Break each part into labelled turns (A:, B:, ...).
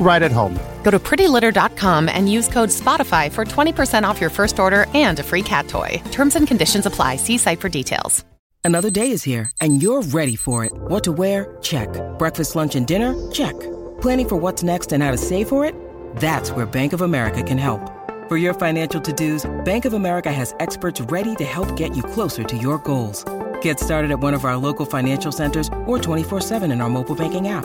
A: right at home.
B: Go to prettylitter.com and use code SPOTIFY for 20% off your first order and a free cat toy. Terms and conditions apply. See site for details.
C: Another day is here, and you're ready for it. What to wear? Check. Breakfast, lunch, and dinner? Check. Planning for what's next and how to save for it? That's where Bank of America can help. For your financial to-dos, Bank of America has experts ready to help get you closer to your goals. Get started at one of our local financial centers or 24-7 in our mobile banking app.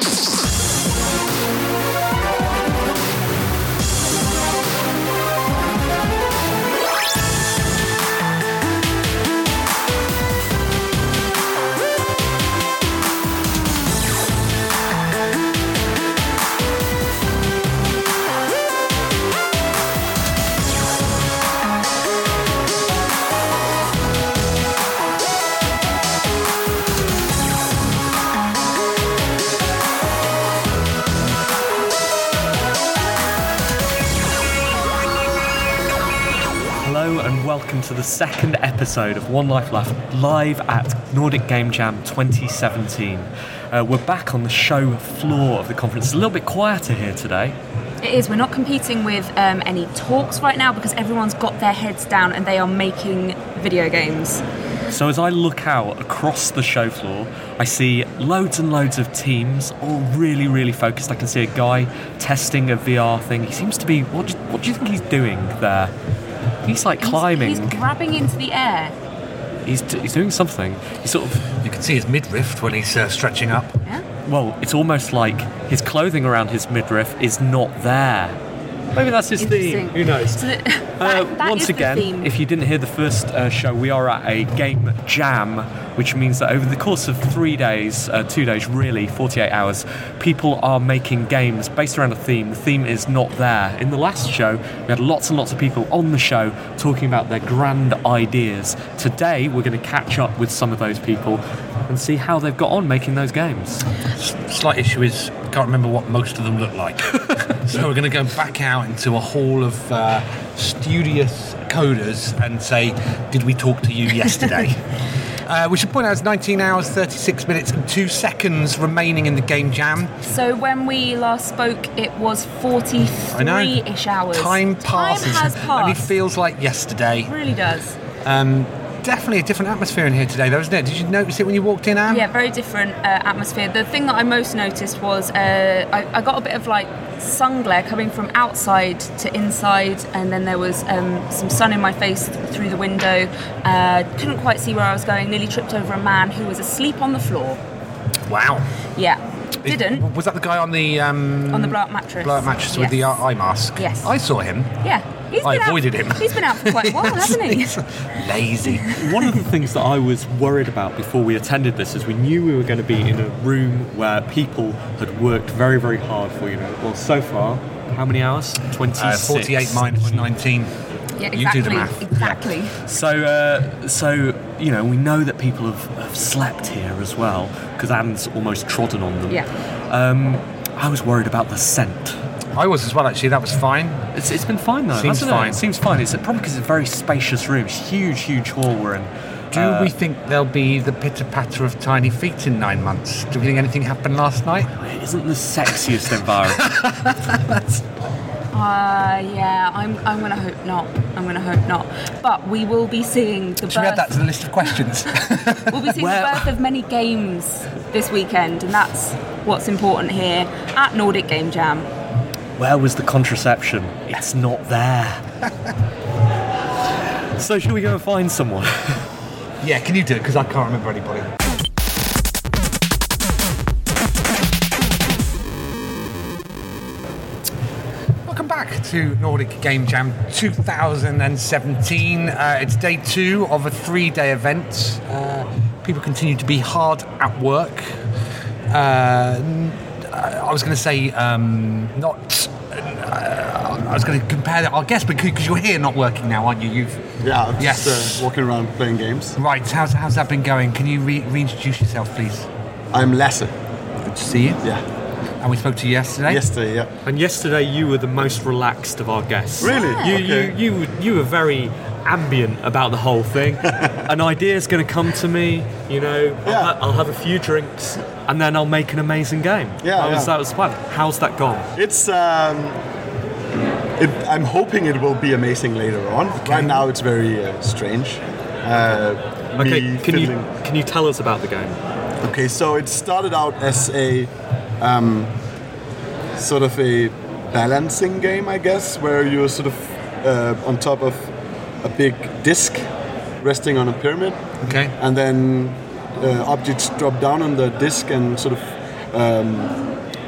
D: Hello and welcome to the second episode of One Life Left live at Nordic Game Jam 2017. Uh, we're back on the show floor of the conference. It's a little bit quieter here today.
E: It is. We're not competing with um, any talks right now because everyone's got their heads down and they are making video games.
D: So, as I look out across the show floor, I see loads and loads of teams, all really, really focused. I can see a guy testing a VR thing. He seems to be. What do you, what do you think he's doing there? He's like
E: He's-
D: climbing.
E: He's, grabbing into the air.
D: He's, d- he's doing something. He's sort of
F: You can see his midriff when he's uh, stretching up.
E: Yeah.
D: well, it's almost like his clothing around his midriff is not there. Maybe that's his theme.
E: Interesting.
D: Who knows?
E: So that,
D: Uh,
E: that- that
D: once
E: is the
D: again,
E: theme.
D: if you didn't hear the first uh, show, we are at a game jam, which means that over the course of three days, uh, two days really, 48 hours, people are making games based around a theme. The theme is not there. In the last show, we had lots and lots of people on the show talking about their grand ideas. Today, we're going to catch up with some of those people and see how they've got on making those games.
F: Slight issue is I can't remember what most of them look like. so we're going to go back out into a hall of uh, studious coders and say, "Did we talk to you yesterday?" Uh, we should point out it's 19 hours, 36 minutes, and 2 seconds remaining in the game jam.
E: so when we last spoke, it was
F: I know.
E: 43-ish hours.
F: Time passes.
E: Time
F: And
E: has
F: it
E: passed.
F: feels like yesterday.
E: It really does.
F: Um, definitely a different atmosphere in here today, though, isn't it? Did you notice it when you walked in, Anne?
E: Yeah, very different uh, atmosphere. The thing that I most noticed was uh, I, I got a bit of like sun glare coming from outside to inside, and then there was um, some sun in my face th- through the window. Uh, couldn't quite see where I was going. Nearly tripped over a man who was asleep on the floor.
F: Wow.
E: Yeah, didn't
F: Was that the guy on the um,
E: on the blow-up mattress.
F: blow up mattress with the
E: Yes.
F: uh, eye mask.
E: Yes.
F: I saw him.
E: Yeah, he's
F: I
E: been out-
F: avoided him.
E: He's been out for quite a while, hasn't he?
F: He's Lazy.
D: One of the things that I was worried about before we attended this is we knew we were going to be in a room where people had worked very, very hard for, you know, well, so far, how many hours? 26.
F: Uh, 48 minus 19.
E: Yeah, exactly.
F: You do the math.
E: Exactly.
D: So, uh, so you know, we know that people have, have slept here as well because Anne's almost trodden on them.
E: Yeah.
D: Um, I was worried about the scent.
F: I was as well, actually. That was fine.
D: It's, it's been fine though.
F: Seems
D: hasn't it?
F: fine.
D: It seems fine. It's probably because it's a very spacious room. It's a huge, huge hall we're in. Uh,
F: Do we think there'll be the pitter patter of tiny feet in nine months? Do we think anything happened last night?
D: It isn't the sexiest environment.
E: Uh, yeah, I'm, I'm going to hope not. I'm going to hope not. But we will be seeing the
F: Should we add
E: birth.
F: that to the list of questions?
E: we'll be seeing
D: Well-
E: the birth of many games this weekend, and that's what's important here at Nordic Game Jam.
D: Where was the contraception? It's not there. so, should we go and find someone?
F: yeah, can you do it? Because I can't remember anybody. Welcome back to Nordic Game Jam 2017. Uh, it's day two of a three day event. Uh, People continue to be hard at work. Uh, n- I I was going to say um, not. Uh, I was going to compare that, I guess, because you're here not working now, aren't you? You've
G: Yeah, I'm
F: Yes.
G: just uh, walking around playing games.
F: right. How's, how's that been going? Can you re- reintroduce yourself, please?
G: I'm Lasse.
F: Good to see you.
G: Yeah.
F: And we spoke to you yesterday.
G: Yesterday, yeah.
D: And yesterday, you were the most relaxed of our guests.
G: Really?
D: You you,
G: Okay.
D: you you were very ambient about the whole thing. An idea's going to come to me. You know, I'll,
G: Yeah.
D: ha- I'll have a few drinks, and then I'll make an amazing game.
G: Yeah,
D: that was
G: yeah.
D: that was fun. How's that gone?
G: It's. Um, it, I'm hoping it will be amazing later on. Right now, it's very uh, strange. Uh,
D: Okay,
G: me
D: can you
G: fiddling-
D: can you tell us about the game?
G: Okay, so it started out as a um, sort of a balancing game, I guess, where you're sort of uh, on top of a big disc resting on a pyramid,
F: Okay.
G: and then uh, objects drop down on the disc and sort of um,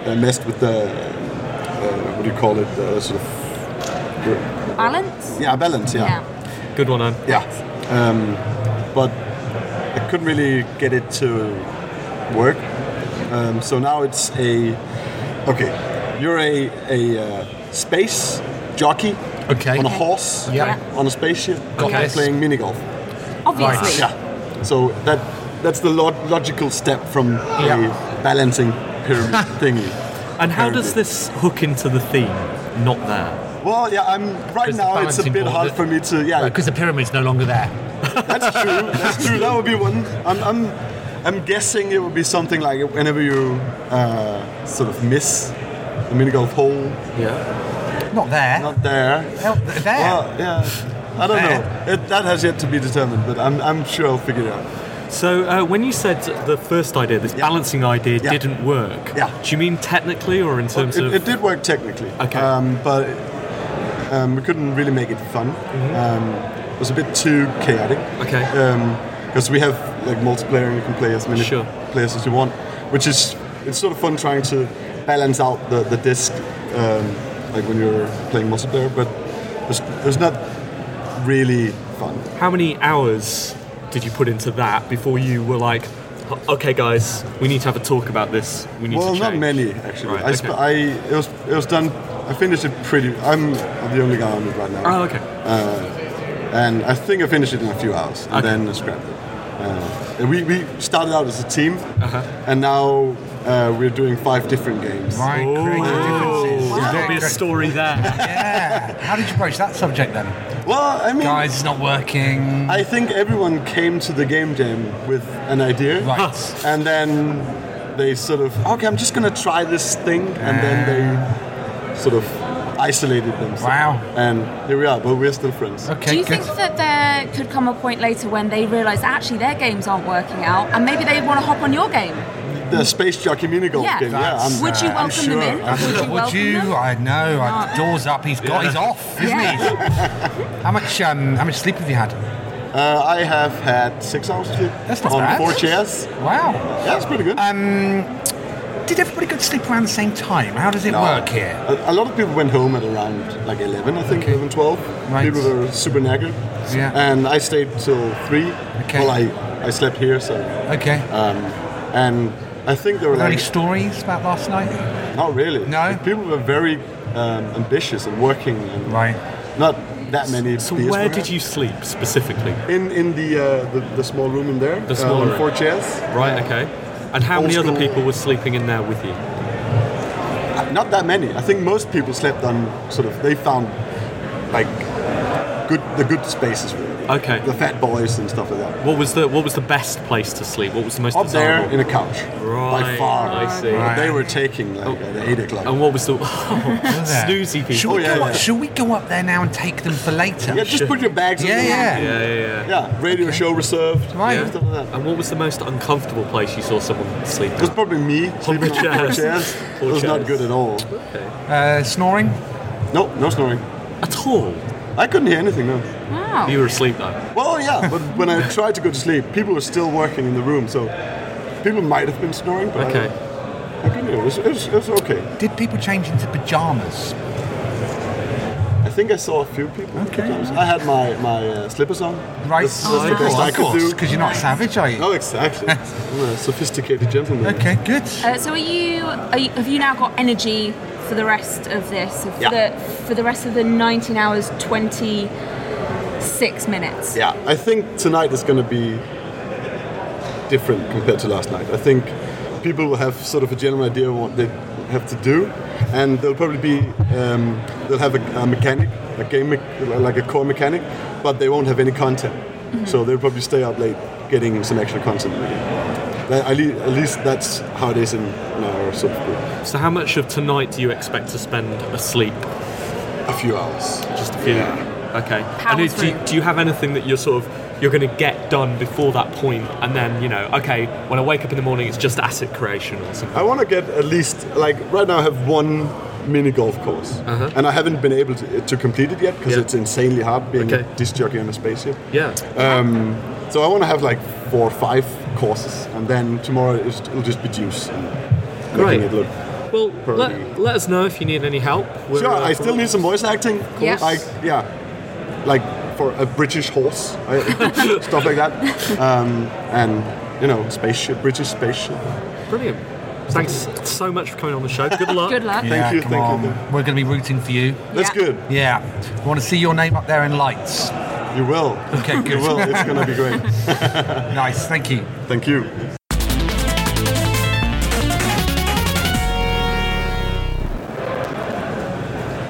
G: uh, messed with the uh, what do you call it? The sort of
E: Balance?
G: yeah, balance. Yeah,
D: Good one, Anne.
G: yeah. Um, but I couldn't really get it to work. Um, so now it's a okay. You're a a uh, space jockey
F: Okay.
G: on a horse
F: Yeah.
G: on a spaceship
F: Got
G: and
F: this.
G: playing mini golf.
E: Obviously.
G: Yeah. So that that's the log- logical step from
F: Yeah.
G: a balancing pyramid thingy.
D: And how does
G: Pyramid.
D: this hook into the theme? Not there.
G: Well, yeah, I'm right
F: Because the
G: now. It's a
F: balancing
G: bit
F: board
G: hard
F: that-
G: for me to. Yeah,
F: Because the pyramid's no longer there.
G: that's true. That's true. That would be one. I'm, I'm, I'm guessing it would be something like whenever you uh, sort of miss the mini golf hole,
F: Not there.
G: not there.
F: Hell, there.
G: Well, yeah. I don't know. It, that has yet to be determined, but I'm, I'm sure I'll figure it out.
D: So uh, when you said the first idea, this balancing idea,
G: Yeah.
D: didn't work.
G: Yeah.
D: Do you mean technically or in terms
G: It,
D: of?
G: it did work technically.
D: Okay.
G: Um, but um, we couldn't really make it fun. Um, it was a bit too chaotic.
D: Mm-hmm. okay.
G: because we have like multiplayer and you can play as many
D: Sure.
G: players as you want, which is it's sort of fun trying to balance out the the disc um, like when you're playing multiplayer, but it's, it's not really fun.
D: How many hours did you put into that before you were like, okay, guys, we need to have a talk about this. We need
G: Well,
D: to
G: not
D: change."
G: many actually.
D: Right,
G: I, sp-
D: okay.
G: I it was it was done. I finished it pretty. I'm the only guy on it right now. Uh,
D: Oh, okay.
G: and I think I finished it in a few hours, and
D: Okay.
G: then I scrapped it. Uh, and we, we started out as a team,
F: Uh-huh.
G: and now uh, we're doing five different games.
F: Right, creative differences.
D: There's got to be a story there.
F: Yeah. How did you approach that subject then?
G: Well, I mean,
F: Guys, it's not working.
G: I think everyone came to the game jam with an idea,
F: Right.
G: and then they sort of okay, I'm just gonna try this thing, and then they sort of isolated themselves.
F: Wow.
G: And here we are, but we're still friends.
F: Okay.
E: Do you
F: good.
E: think that there could come a point later when they realise actually their games aren't working out and maybe they want to hop on your game?
G: The space jockey mini golf
E: Yeah.
G: game. Yeah, I'm,
E: Would you
G: I'm
E: welcome
G: sure.
E: them in?
G: I'm
E: Would you
F: Would
E: welcome
F: you?
E: them?
F: I know. I, doors up. He's got. He's off, isn't
E: Yeah.
F: he? How much? Um, how much sleep have you had?
G: Uh, I have had six hours sleep
F: That's not
G: on
F: bad.
G: four chairs.
F: Wow.
G: Yeah, it's pretty good.
F: Mm, Did everybody go to sleep around the same time? How does it work here?
G: A, a lot of people went home at around like 11, I think, eleven twelve. 11, 12.
F: Right.
G: People were super knackered.
F: Yeah.
G: And I stayed till 3.
F: Okay.
G: Well, I, I slept here, so. Um,
F: Okay.
G: And I think there were
F: Were there any
G: like.
F: stories about last night?
G: Not really.
F: No?
G: People were very um, ambitious and working and.
F: Right.
G: Not that many.
D: So
G: beers
D: where
G: were
D: did you sleep specifically?
G: In, in the, uh, the the small room in there.
D: The small
G: uh, on
D: room.
G: Four chairs.
D: Right. Okay. And how
G: Old
D: many other
G: school.
D: people were sleeping in there with you?
G: Uh, Not that many. I think most people slept on sort of. They found like good the good spaces really.
D: Okay.
G: The fat boys and stuff like that.
D: What was the What was the best place to sleep? What was the most
G: up there
D: desirable?
G: in a couch by
D: Right,
G: far.
D: I see.
G: But They were taking
D: Oh.
G: like at eight o'clock.
D: and what was the Oh,
F: there?
D: snoozy people?
F: Should, we
G: Oh, yeah,
F: go
G: yeah.
F: Up, should we go up there now and take them for later?
G: yeah, just put your bags.
F: Oh, Yeah,
G: in the
F: yeah.
G: lounge.
D: Yeah, yeah, yeah.
G: yeah. Radio show reserved.
F: Right.
G: and Stuff like that.
D: And what was the most uncomfortable place you saw someone sleep?
G: It was probably me sleeping on four
D: chairs.
G: chairs. It
D: Four
G: was not
D: chairs.
G: good at all.
F: Uh, snoring.
G: No, no snoring.
D: At all?
G: I couldn't hear anything. No.
E: Wow.
D: You were asleep though.
G: Well, yeah, but when I tried to go to sleep, people were still working in the room, so people might have been snoring. But
D: Okay.
G: I, I couldn't hear. It was, it was, it was okay.
F: Did people change into pajamas?
G: I think I saw a few people. a few times. I had my my uh, slippers on.
F: Right,
G: That's, that's the
F: of course,
G: best I
F: of
G: could
F: course,
G: do.
F: because you're not savage, are you?
G: No, exactly. I'm a sophisticated gentleman.
F: Okay, good.
E: Uh, so are you, are you? Have you now got energy for the rest of this? For
G: Yeah.
E: the for the rest of the 19 hours 26 minutes.
G: Yeah, I think tonight is going to be different compared to last night. I think people will have sort of a general idea of what they have to do, and there'll probably be um, they'll have a, a mechanic, a game me- like a core mechanic, but they won't have any content. So they'll probably stay up late getting some extra content. That- at lea- at least that's how it is in, in our sort of group.
D: So, how much of tonight do you expect to spend asleep?
G: A few hours.
D: Just a few. Okay. and
E: Power
D: do,
E: through.
D: do you have anything that you're sort of you're going to get done before that point, and then you know, okay, when I wake up in the morning, it's just asset creation or something.
G: I want to get at least like right now. I have one mini golf course, and I haven't been able to, to complete it yet because
D: Uh-huh. Yeah.
G: it's insanely hard being
D: Okay.
G: a disc jockey on a spaceship. Um,
D: Yeah.
G: So I want to have like four or five courses, and then tomorrow it's- it'll just be juice. And
D: Great.
G: making It look.
D: well, let,
G: Probably-
D: let us know if you need any help. We're,
G: Sure,
D: uh,
G: I still need some voice acting.
E: course.
G: Like yeah, like for a British horse, I- stuff like that, um, and you know spaceship, British spaceship.
D: Brilliant. Thanks so much for coming on the show. Good luck.
E: Good luck.
G: Yeah. Thank you,
F: Uh, come
G: thank
F: on.
G: you.
F: We're going to be rooting for you.
G: That's
E: Yeah.
G: good.
F: Yeah, we want to see your name up there in lights.
G: You will.
F: Okay,
G: You
F: good.
G: will. It's gonna be great.
F: nice, thank you.
G: Thank you.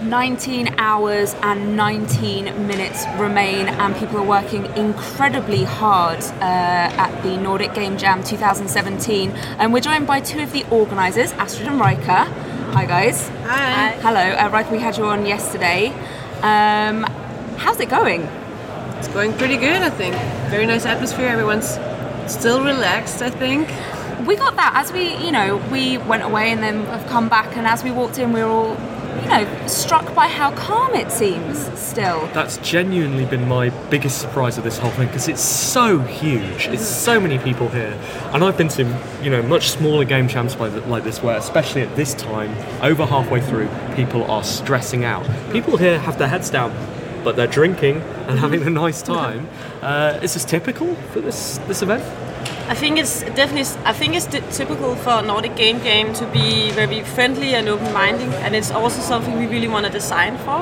E: Nineteen hours and nineteen minutes remain, and people are working incredibly hard uh, at the Nordic Game Jam 2017. And we're joined by two of the organisers, Astrid and Rika. Hi guys. Hi. Hello, uh, Rika. We had you on yesterday. Um, how's it going?
H: It's going pretty good, I think. Very nice atmosphere. Everyone's still relaxed, I think.
E: we got that as we you know we went away and then have come back and as we walked in we were all you know struck by how calm it seems still
D: That's genuinely been my biggest surprise of this whole thing because it's so huge. It's so many people here, and I've been to you know much smaller game jams like, th- like this, where especially at this time, over halfway through, people are stressing out. People here have their heads down, but they're drinking and having a nice time. Uh, is this typical for this this event?
H: I think it's definitely. I think it's t- typical for Nordic game game to be very friendly and open-minded, and it's also something we really want to design for.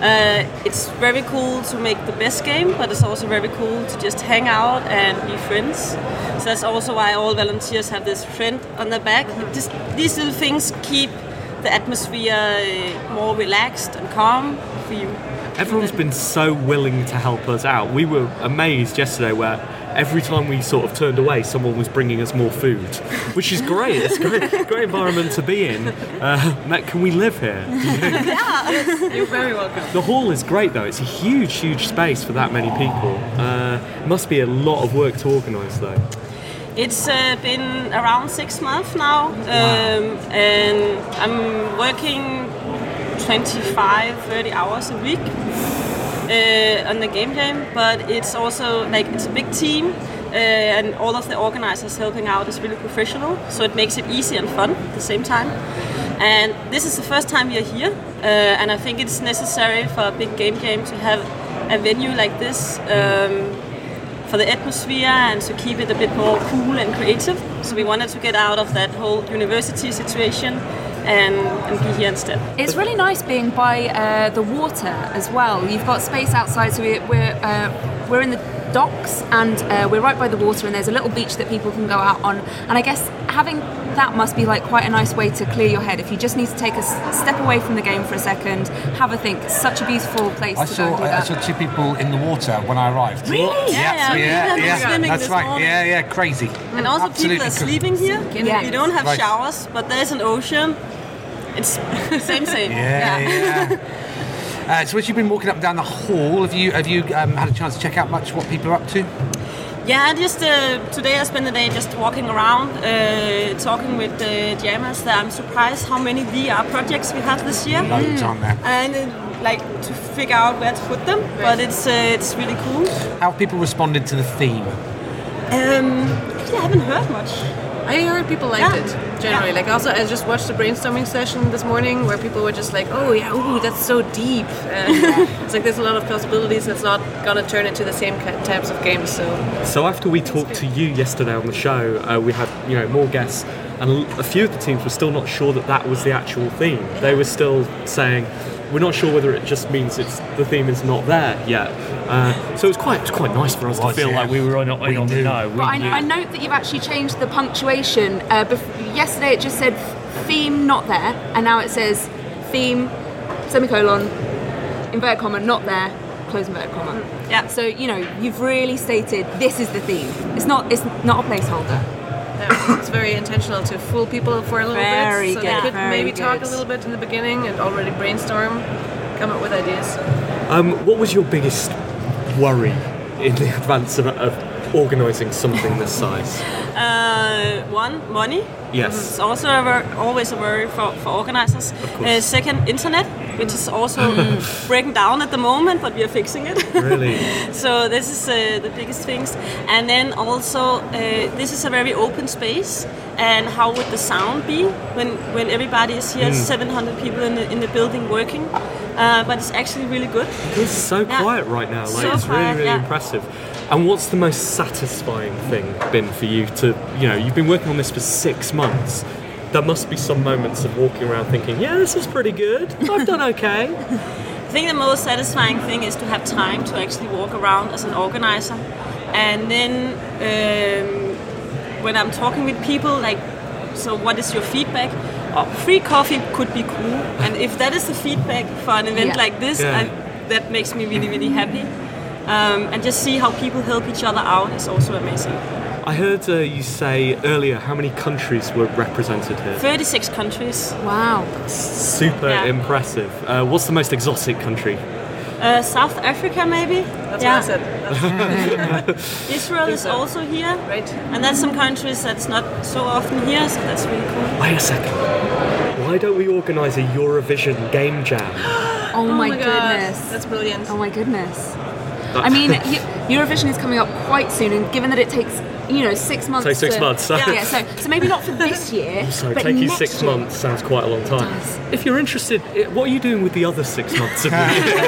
H: Uh, it's very cool to make the best game, but it's also very cool to just hang out and be friends. So that's also why all volunteers have this friend on the back. Just, these little things keep the atmosphere uh, more relaxed and calm for you.
D: Everyone's been so willing to help us out. We were amazed yesterday where every time we sort of turned away, someone was bringing us more food, which is great. It's a great, great environment to be in. Uh, Matt, can we live here?
H: You're very welcome.
D: The hall is great though. It's a huge, huge space for that many people. Uh, must be a lot of work to organise though.
H: It's uh, been around six months now, um, and I'm working 25, 30 hours a week uh, on the game jam. But it's also like it's a big team, uh, and all of the organizers helping out is really professional, so it makes it easy and fun at the same time. And this is the first time we are here, uh, and I think it's necessary for a big game jam to have a venue like this. Um, for the atmosphere and to keep it a bit more cool and creative. So we wanted to get out of that whole university situation and, and be here instead.
E: it's really nice being by uh, the water as well you've got space outside so we're we're, uh, we're in the docks and uh, we're right by the water and there's a little beach that people can go out on and i guess having that must be like quite a nice way to clear your head if you just need to take a s- step away from the game for a second have a think it's such a beautiful place
F: I
E: to
F: saw
E: go and do
F: I, I
E: that.
F: saw two people in the water when I arrived. Really? Yeah, yeah,
H: Yeah,
F: yeah.
H: yeah. We had them swimming
F: That's
H: this
F: right.
H: morning.
F: Yeah, yeah, crazy.
H: And also
F: Absolutely
H: people are
F: cool.
H: sleeping here.
E: Yeah.
H: We don't have
F: Right.
H: showers, but there's an ocean. It's same same.
F: Yeah, yeah. Uh, so, as you've been walking up and down the hall, have you have you um, had a chance to check out much what people are up to?
H: Yeah, I just uh, today I spent the day just walking around, uh, talking with the jammers. That I'm surprised how many VR projects we have this year,
F: Loads on there.
H: and uh, like to figure out where to put them. But it's uh, it's really cool.
F: How have people responded to the theme?
H: Um, actually, I haven't heard much.
I: I heard people liked
H: Yeah.
I: it generally. Like also, I just watched a brainstorming session this morning where people were just like, "Oh yeah, ooh, that's so deep." And it's like there's a lot of possibilities, and it's not gonna turn into the same ki- types of games. So
D: So after we talked to you yesterday on the show, uh, we had you know more guests, and a- a few of the teams were still not sure that that was the actual theme. They were still saying, "We're not sure whether it just means it's the theme is not there yet." Uh, so it was quite it was quite nice for us to
J: was,
D: feel
J: yeah.
D: like we were on, on,
J: We
D: on the
J: knew.
D: know.
E: But I,
D: knew.
E: I note that you've actually changed the punctuation. Uh, bef- yesterday it just said theme not there, and now it says theme semicolon inverted comma not there close inverted comma.
H: Yeah.
E: So you know you've really stated this is the theme. It's not it's not a placeholder.
I: yeah, it's very intentional to fool people for a little
E: Very
I: bit. So
E: good,
I: they could
E: very
I: maybe talk a
E: good.
I: little bit in the beginning and already brainstorm, come up with ideas.
D: Um, what was your biggest worry in the advance of, of organising something this size?
H: Uh, one, money. Mm-hmm.
D: Yes.
H: It's also a wor- always a worry for, for organizers. Uh,
D: course.
H: second, internet, which is also mm, breaking down at the moment, but we are fixing it.
D: Really?
H: so this is uh, the biggest things. And then also, uh, this is a very open space. And how would the sound be when, when everybody is
D: Hmm.
H: here? 700 people in the, in the building working, uh, but it's actually really good.
D: It's so
H: Yeah.
D: quiet right now. Like
H: So
D: it's really,
H: quiet,
D: really
H: yeah.
D: impressive. And what's the most satisfying thing been for you to, you know, you've been working on this for six months. There must be some moments of walking around thinking, yeah, this is pretty good. I've done okay.
H: I think the most satisfying thing is to have time to actually walk around as an organizer, and then um, when I'm talking with people, like, so what is your feedback? Oh, free coffee could be cool, and if that is the feedback for an event
E: Yeah.
H: like this,
D: Yeah.
H: I, that makes me really really happy. Um, and just see how people help each other out is also amazing.
D: I heard uh, you say earlier how many countries were represented here.
H: 36 countries.
E: Wow.
D: Super
H: Yeah.
D: impressive. Uh, what's the most exotic country?
H: Uh, South Africa, maybe?
I: That's
H: Yeah.
I: what I said. That's
H: Israel is
I: so.
H: also here.
I: Right.
H: And that's some countries that's not so often here, so that's really cool.
D: Wait a second. Why don't we organise a Eurovision game jam?
E: Oh, my,
I: God,
E: goodness.
I: that's brilliant.
E: Oh my goodness. I mean, Eu- Eurovision is coming up quite soon, and given that it takes you know six months.
D: Takes six
E: to-
D: months, so-
E: Yeah. yeah, so, so maybe not for this year.
D: So
E: but
D: taking
E: next
D: six
E: year.
D: months sounds quite a long time.
E: does.
D: If you're interested, i- what are you doing with the other six months of the year?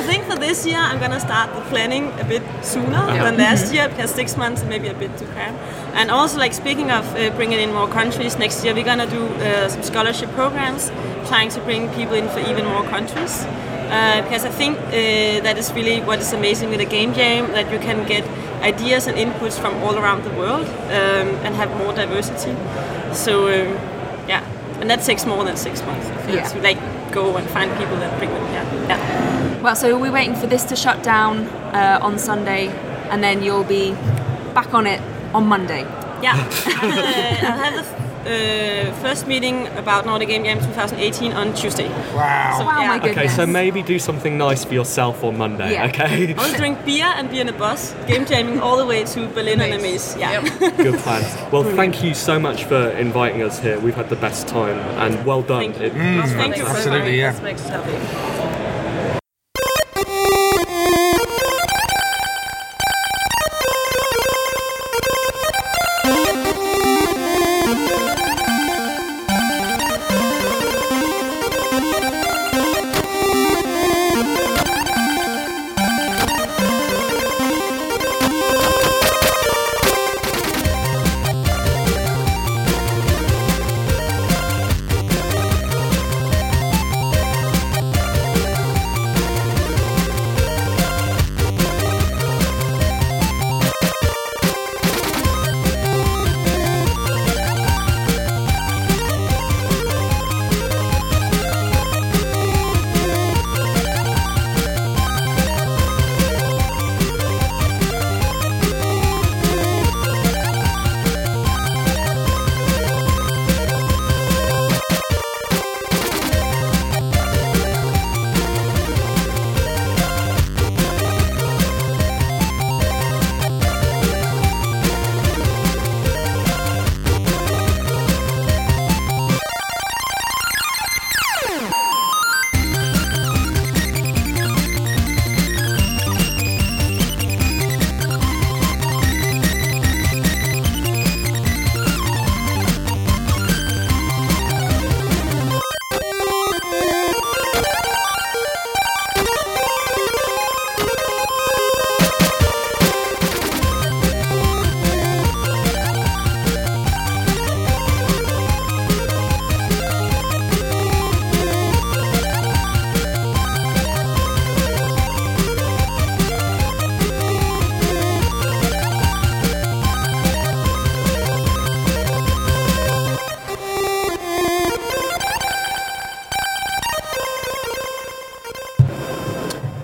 H: I think for this year I'm gonna start the planning a bit sooner than last year because six months is maybe a bit too cram. And also, like speaking of uh, bringing in more countries next year, we're gonna do uh, some scholarship programs, trying to bring people in for even more countries. Uh, because I think uh, that is really what is amazing with a game jam that you can get ideas and inputs from all around the world um, and have more diversity. So um, yeah, and that takes more than six months. I think,
E: Yeah.
H: To like go and find people that bring them here. Yeah.
E: Well, so we're waiting for this to shut down uh, on Sunday, and then you'll be back on it on Monday.
H: Yeah, uh, I'll have the uh, first meeting about Nordic Game Jam 2018 on Tuesday.
J: Wow.
H: So,
E: Wow,
H: yeah.
E: my goodness.
D: okay, so maybe do something nice for yourself on Monday,
E: Yeah.
D: okay?
H: I will drink beer and be in a bus, game jamming all the way to Berlin and Amis. Yeah.
D: Good plan. Well, thank you so much for inviting us here. We've had the best time and well done.
H: Thank you.
D: It-
H: Thank you.
J: Absolutely, yeah.
I: This makes us happy.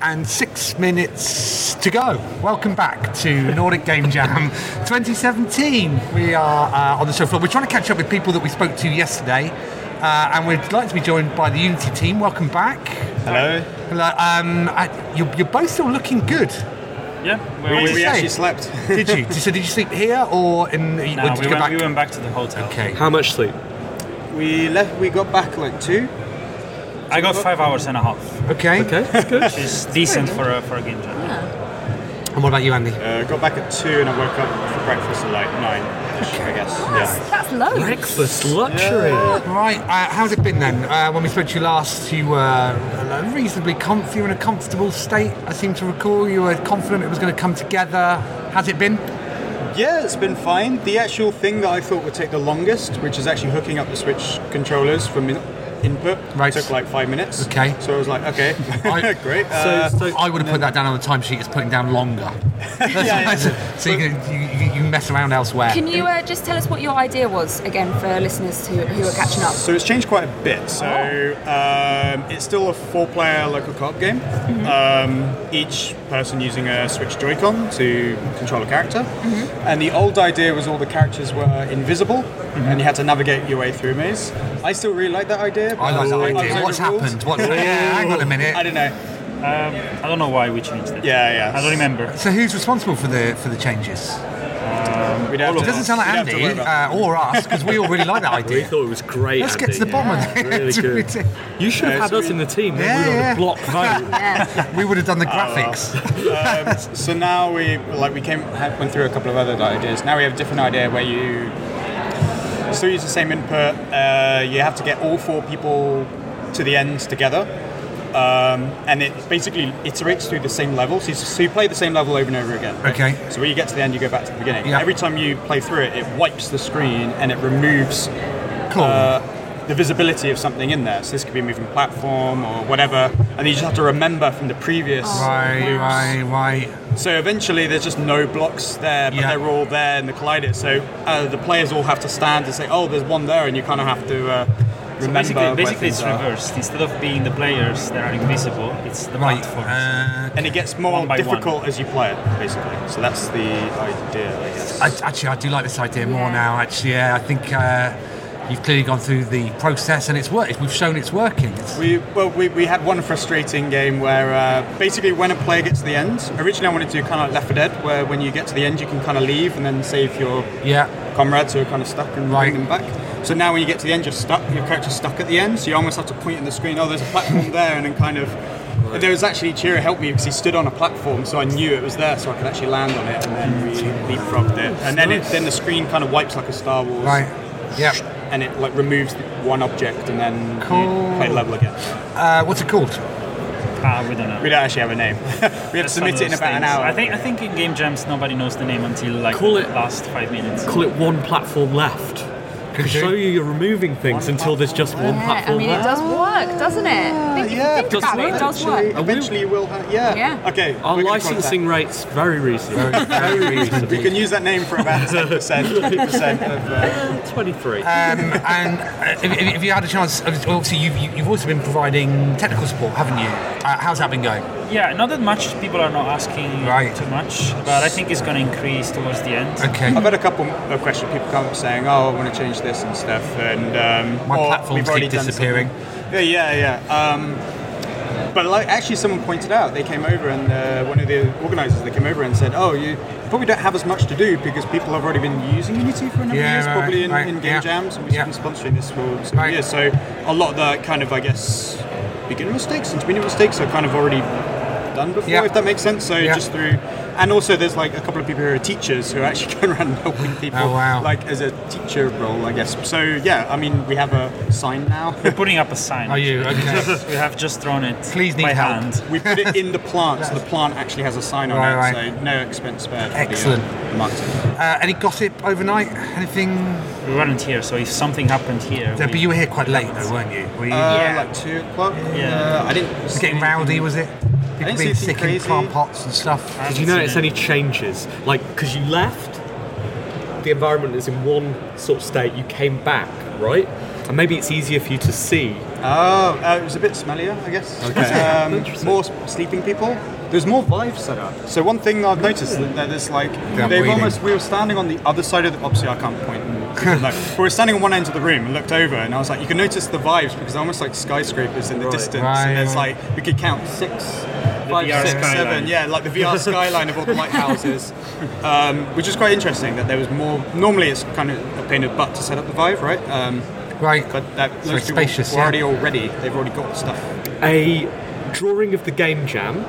F: and six minutes to go. Welcome back to Nordic Game Jam 2017. We are uh, on the show floor. We're trying to catch up with people that we spoke to yesterday, uh, and we'd like to be joined by the Unity team. Welcome back.
K: Hello.
F: Hello. Um, I, you're, you're both still looking good.
K: Yeah,
F: What
K: we,
F: did
K: we
F: you
K: actually
F: say?
K: slept.
F: Did you? So did you sleep here or in?
K: No,
F: or did
K: we,
F: you
K: went,
F: go back?
K: we went back to the hotel.
F: Okay.
L: How much sleep?
K: We left. We got back like two.
L: I
K: got five hours and a half,
F: Okay.
L: Okay, that's good.
K: which is decent for a for a game jam.
F: And what about you, Andy?
K: Uh, got back at two, and I woke up for breakfast at like nine. I guess. Yeah.
E: That's low.
L: Breakfast luxury.
F: Right, uh, how's it been then? Uh, when we spoke to you last, you were uh, reasonably comfy, you were in a comfortable state. I seem to recall you were confident it was going to come together. Has it been?
K: Yeah, it's been fine. The actual thing that I thought would take the longest, which is actually hooking up the Switch controllers from in- input,
F: Right.
K: took like five minutes.
F: Okay.
K: So I was like, okay,
F: I-
K: great.
F: Uh,
K: Uh,
F: I would have put that down on the timesheet as putting down longer. so you, can, you, you- you mess around elsewhere.
E: Can you uh, just tell us what your idea was again for listeners who, who are catching up? Oh.
K: So it's changed quite a bit. So um, it's still a four-player local co-op game.
E: Mm-hmm.
K: Um, each person using a Switch Joy-Con to control a character. And the old idea was all the characters were invisible,
E: Mm-hmm.
K: and you had to navigate your way through maze. I still really like that idea.
F: I like that idea. What's happened? What's, yeah, hang on a
K: I
F: minute.
K: don't know.
M: Um, I don't know why we changed it.
K: Yeah, yeah.
M: I don't remember.
F: So who's responsible for the for the changes?
K: Um, We'd have
F: It
K: to-
F: doesn't sound like
K: we'd have to
F: Andy
K: worry about-
F: uh, or us because we all really like that idea.
D: thought it was great.
F: Let's get to the bottom of it.
D: Really good. You should have had us in the team. Then we would
F: Yeah,
D: have blocked vote.
F: We would have done the graphics.
K: Uh, Um, So now we like we came had- went through a couple of other ideas. Now we have a different idea where you still use the same input. Uh, you have to get all four people to the end together, um, and it basically iterates through the same level. So you, so you play the same level over and over again.
F: Okay.
K: So when you get to the end, you go back to the beginning.
F: Yeah.
K: Every time you play through it, it wipes the screen and it removes
F: Cool.
K: uh, the visibility of something in there. So this could be a moving platform or whatever, and you just have to remember from the previous.
F: Right, right, right.
K: So eventually, there's just no blocks there, but
F: Yeah.
K: they're all there in the collider. So uh, the players all have to stand and say, "Oh, there's one there," and you kind of have to uh,
M: So
K: remember.
M: basically,
K: where
M: basically
K: things
M: it's
K: are.
M: reversed. Instead of being the players that are invisible, it's the
F: Right.
M: platforms.
F: Uh,
K: And it gets more
M: One by one.
K: difficult as you play it, basically. So that's the idea, I guess.
F: I, actually, I do like this idea more
E: Yeah.
F: now. Actually, yeah, I think uh, you've clearly gone through the process and it's worked. We've shown it's working. It's,
K: We, well, we, we had one frustrating game where uh, basically when a player gets to the end, originally I wanted to do kind of like Left 4 Dead, where when you get to the end you can kind of leave and then save your
F: yeah,
K: comrades who are kind of stuck and
F: Right.
K: bring them back. So now when you get to the end, you're stuck. Your character's stuck at the end, so you almost have to point in the screen. Oh, there's a platform there, and then kind of. and There was actually Chira helped me because he stood on a platform, so I knew it was there, so I could actually land on it, and then we leapfrogged it. And then it, then the screen kind of wipes like a Star Wars,
F: right. Yeah.
K: And it like removes one object, and then
F: Cool.
K: you play the level again.
F: Uh, what's it called?
M: ah, we don't know.
K: We don't actually have a name. we had to
M: That's
K: submit
M: one of
K: it in
M: those
K: about an
M: things.
K: hour.
M: I think I think in game jams nobody knows the name until like
D: Call
M: the
D: it-
M: last five minutes.
D: Call it one platform left.
F: Could
D: show
F: do.
D: you you're removing things until there's just one
E: Yeah, I
D: platform
E: mean, it
D: left.
E: does work, doesn't it? Think, if you
K: yeah,
E: think about it, it does
K: eventually,
E: work.
K: eventually you will have. Yeah.
E: Yeah.
K: Okay. we're
D: Our
K: gonna call it that.
D: licensing rates very reasonable. very
K: We
D: reasonable.
K: can use that name for about 10%, 20% of. Uh,
D: Twenty-three.
F: Um, and uh, if, if- if you had a chance, obviously you've, you- you've also been providing technical support, haven't you? Uh, how's that been going?
M: Yeah, not that much. People are not asking
F: Right.
M: too much, but I think it's going to increase towards the end.
F: Okay.
K: I've had a couple of questions. People come up saying, "Oh, I want to change this and stuff," and um,
F: My
K: or
F: platforms
K: we've already
F: keep
K: done
F: disappearing.
K: something. Yeah, yeah, yeah. Um, but like, actually, someone pointed out they came over and uh, one of the organisers they came over and said, "Oh, you probably don't have as much to do because people have already been using Unity for a number
F: Yeah,
K: of years,
F: right,
K: probably in,
F: right,
K: in game
F: yeah.
K: jams, and we've
F: Yeah.
K: been sponsoring this for some
F: Right.
K: years. So a lot of the kind of, I guess, beginner mistakes, intermediate mistakes are kind of already done before,
F: Yeah.
K: if that makes sense. So
F: Yeah.
K: just through, and also there's like a couple of people who are teachers who are actually going around helping people,
F: Oh, wow.
K: like as a teacher role, I guess. So yeah, I mean we have a sign now.
M: We're putting up a sign.
F: Are you? Okay.
M: we have just thrown it
F: Please need
M: by
F: help.
M: hand.
K: we put it in the plant, so the plant actually has a sign on
F: Right,
K: it.
F: right.
K: So no expense spared. for the, uh,
F: Excellent.
K: marketing.
F: uh, any gossip overnight? Anything?
M: We weren't here, so if something happened here,
F: Yeah,
M: we-
F: but you were here quite late though, weren't you? Were you
K: Uh,
M: Yeah.
K: like two o'clock.
M: Yeah.
K: Uh, I didn't. see
F: getting
K: anything.
F: rowdy? Was it? People
K: didn't see
F: being
K: anything
F: sick in
K: crazy.
F: plant pots and stuff.
M: I
D: Did you
M: haven't
D: notice
M: seen
D: any changes? Like, because you left, the environment is in one sort of state, you came back, right? And maybe it's easier for you to see.
K: Oh, uh, it was a bit smellier, I guess.
D: Okay.
K: Um,
D: Interesting.
K: more s- sleeping people. There's more Vive set up. So one thing that I've noticed that, that is like
G: They're
K: they've
G: waiting.
K: almost we were standing on the other side of the obviously I can't point. and people know. but we're standing on one end of the room and looked over and I was like you can notice the vibes because they're almost like skyscrapers in the distance
F: Right.
K: and there's like we could count six five,
F: VR
K: six,
F: skyline.
K: seven, yeah, like the VR skyline of all the lighthouses, um, which is quite interesting. That there was more. Normally, it's kind of a pain in the butt to set up the Vive, right? Um,
F: right.
K: But that
F: So
K: those
F: it's
K: people
F: spacious,
K: were
F: yeah.
K: already all ready. They've already got
D: uh,
K: stuff.
L: a drawing of the game jam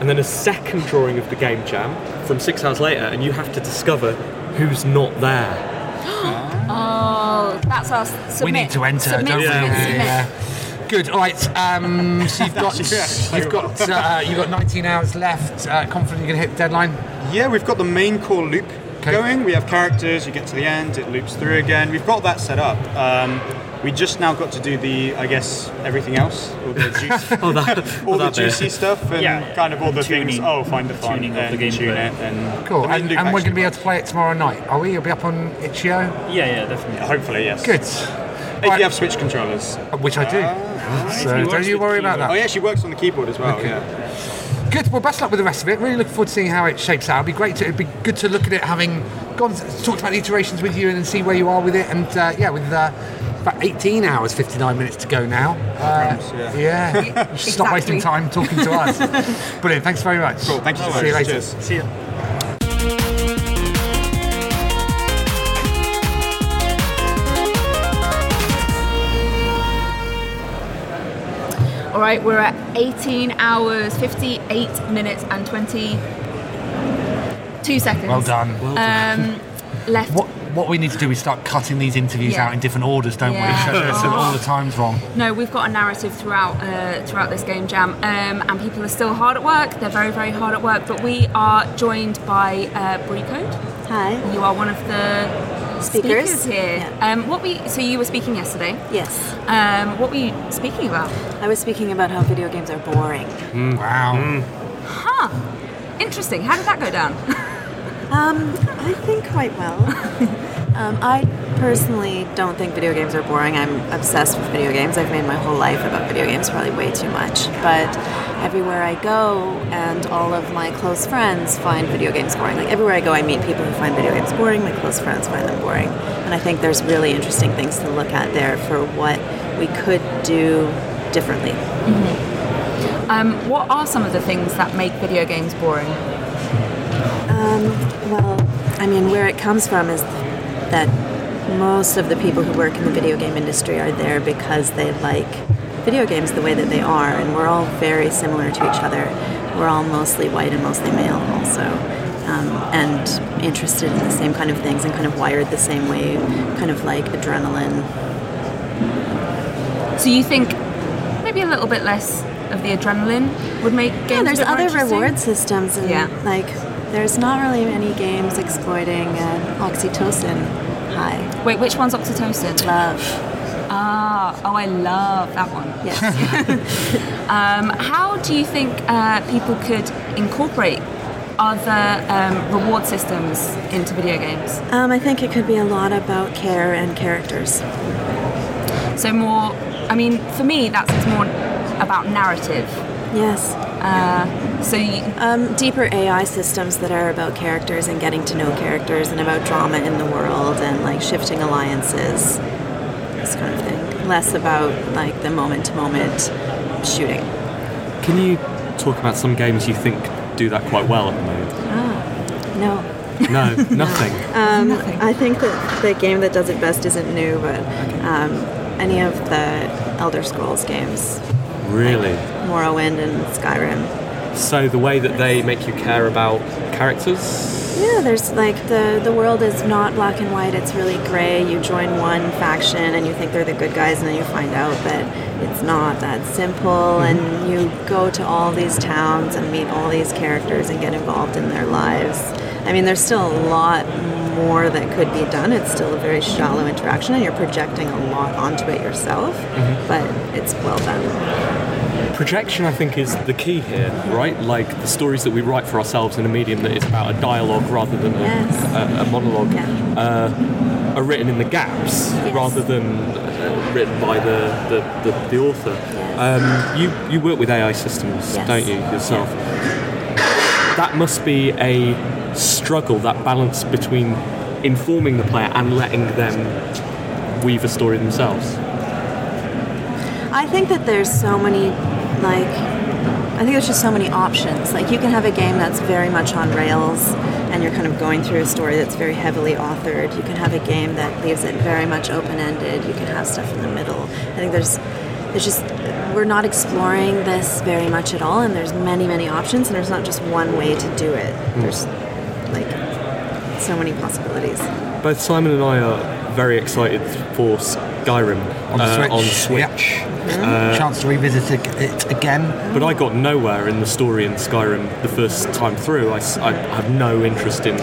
L: and then a second drawing of the game jam from six hours later and you have to discover who's not there
E: Oh, that's us.
F: we need to enter,
E: submit,
F: don't we?
E: submit, submit.
F: Yeah. Good. All right. Um, so you've got you've got uh, you've got 19 hours left. Uh, confident you're gonna hit the deadline?
K: Yeah, we've got the main core loop going. We have characters. You get to the end, it loops through again. We've got that set up. Um, we just now got to do the, I guess, everything else, all the, juice,
L: Oh, that-
K: all
L: oh,
K: the
L: that bit.
K: juicy stuff, and
L: Yeah.
K: kind of all the things.
L: Tuning.
K: Oh, find the fun,
L: Tuning of
K: and
L: the
K: tune it,
L: gameplay.
K: and
F: Cool.
K: the main
F: And,
K: loop
F: and we're
K: actually
F: gonna be able to play it tomorrow night, are we? You'll be up on itch.io.
K: Yeah, yeah, definitely. hopefully, yes.
F: Good. Uh,
K: If you have Switch controllers. Ah,
F: Which I do. so don't you worry about that.
K: Oh, yeah, she works on the keyboard as well. Yeah.
F: Good. Well, best luck with the rest of it. Really looking forward to seeing how it shapes out. It'd be great to. It'd be good to look at it, having gone talked about the iterations with you, and then see where you are with it. And uh, yeah, with uh, about 18 hours, 59 minutes to go now. Uh,
K: yeah.
F: yeah. Just not wasting time talking to us. Brilliant. Thanks very much.
K: Cool. Thank you so
F: See you
K: much.
F: later.
K: Cheers.
F: See you.
E: All right, we're at 18 hours, 58 minutes, and 22 seconds.
F: Well done. Well done.
E: Um, left.
F: What What we need to do is start cutting these interviews
E: Yeah.
F: out in different orders, don't
E: Yeah.
F: we? So, that- so that all the time's wrong.
E: No, we've got a narrative throughout uh, throughout this game jam, um, and people are still hard at work. They're very, very hard at work. But we are joined by uh, Bricode. Hi. You are one of the
N: Speakers.
E: speakers here. Um, what we so you were speaking yesterday.
N: Yes.
E: Um, what were you speaking about?
N: I was speaking about how video games are boring.
K: Mm.
F: Wow.
E: Huh. Interesting. How did that go down?
N: Um, I think quite well. um, I personally don't think video games are boring. I'm obsessed with video games. I've made my whole life about video games, probably way too much. But everywhere I go, and all of my close friends find video games boring. Like everywhere I go, I meet people who find video games boring. My close friends find them boring. And I think there's really interesting things to look at there for what we could do differently.
E: Um, what are some of the things that make video games boring?
N: Um, well, I mean, where it comes from is that most of the people who work in the video game industry are there because they like video games the way that they are, and we're all very similar to each other. We're all mostly white and mostly male, also, um, and interested in the same kind of things and kind of wired the same way, kind of like adrenaline.
E: So you think maybe a little bit less of the adrenaline would make games.
N: Yeah,
E: a
N: there's
E: bit more
N: other
E: interesting?
N: reward systems, and
E: Yeah.
N: like there's not really any games exploiting an oxytocin high.
E: Wait, which one's oxytocin?
N: Love.
E: Ah, oh, I love that one. Yes. um, how do you think uh, people could incorporate other um, reward systems into video games?
N: Um, I think it could be a lot about care and characters.
E: So more, I mean, for me, that's it's more about narrative.
N: Yes.
E: Uh, so you,
N: um, deeper AI systems that are about characters and getting to know characters and about drama in the world and like shifting alliances, this kind of thing. Less about like the moment to moment shooting.
D: Can you talk about some games you think do that quite well at the moment?
N: No.
D: No, nothing.
N: Um, I think that the game that does it best isn't new, but um, any of the Elder Scrolls games,
D: Really?
N: Morrowind and Skyrim,
D: So the way that they make you care about characters?
N: Yeah, there's like the the world is not black and white. It's really gray. You join one faction and you think they're the good guys, and then you find out that it's not that simple. And you go to all these towns and meet all these characters and get involved in their lives. I mean, there's still a lot more that could be done. It's still a very shallow interaction, and you're projecting a lot onto it yourself. But it's well done.
D: Projection, I think, is the key here, right? Like the stories that we write for ourselves in a medium that is about a dialogue rather than a,
N: Yes.
D: a, a monologue uh, are written in the gaps rather than uh, written by the, the, the, the author. Um, you you work with AI systems,
J: Yes.
D: don't you yourself? That must be a struggle. That balance between informing the player and letting them weave a story themselves.
N: I think that there's so many, like, I think there's just so many options. Like, you can have a game that's very much on rails and you're kind of going through a story that's very heavily authored. You can have a game that leaves it very much open ended. You can have stuff in the middle. I think there's, there's just, we're not exploring this very much at all, and there's many, many options, and there's not just one way to do it. There's, like, so many possibilities.
D: Both Simon and I are very excited for Skyrim
F: On
D: uh,
F: Switch. Mm-hmm.
D: on Switch.
K: Mm.
D: Uh,
F: Chance to revisit it, it again.
D: But I got nowhere in the story in Skyrim the first time through. I, s- I have no interest in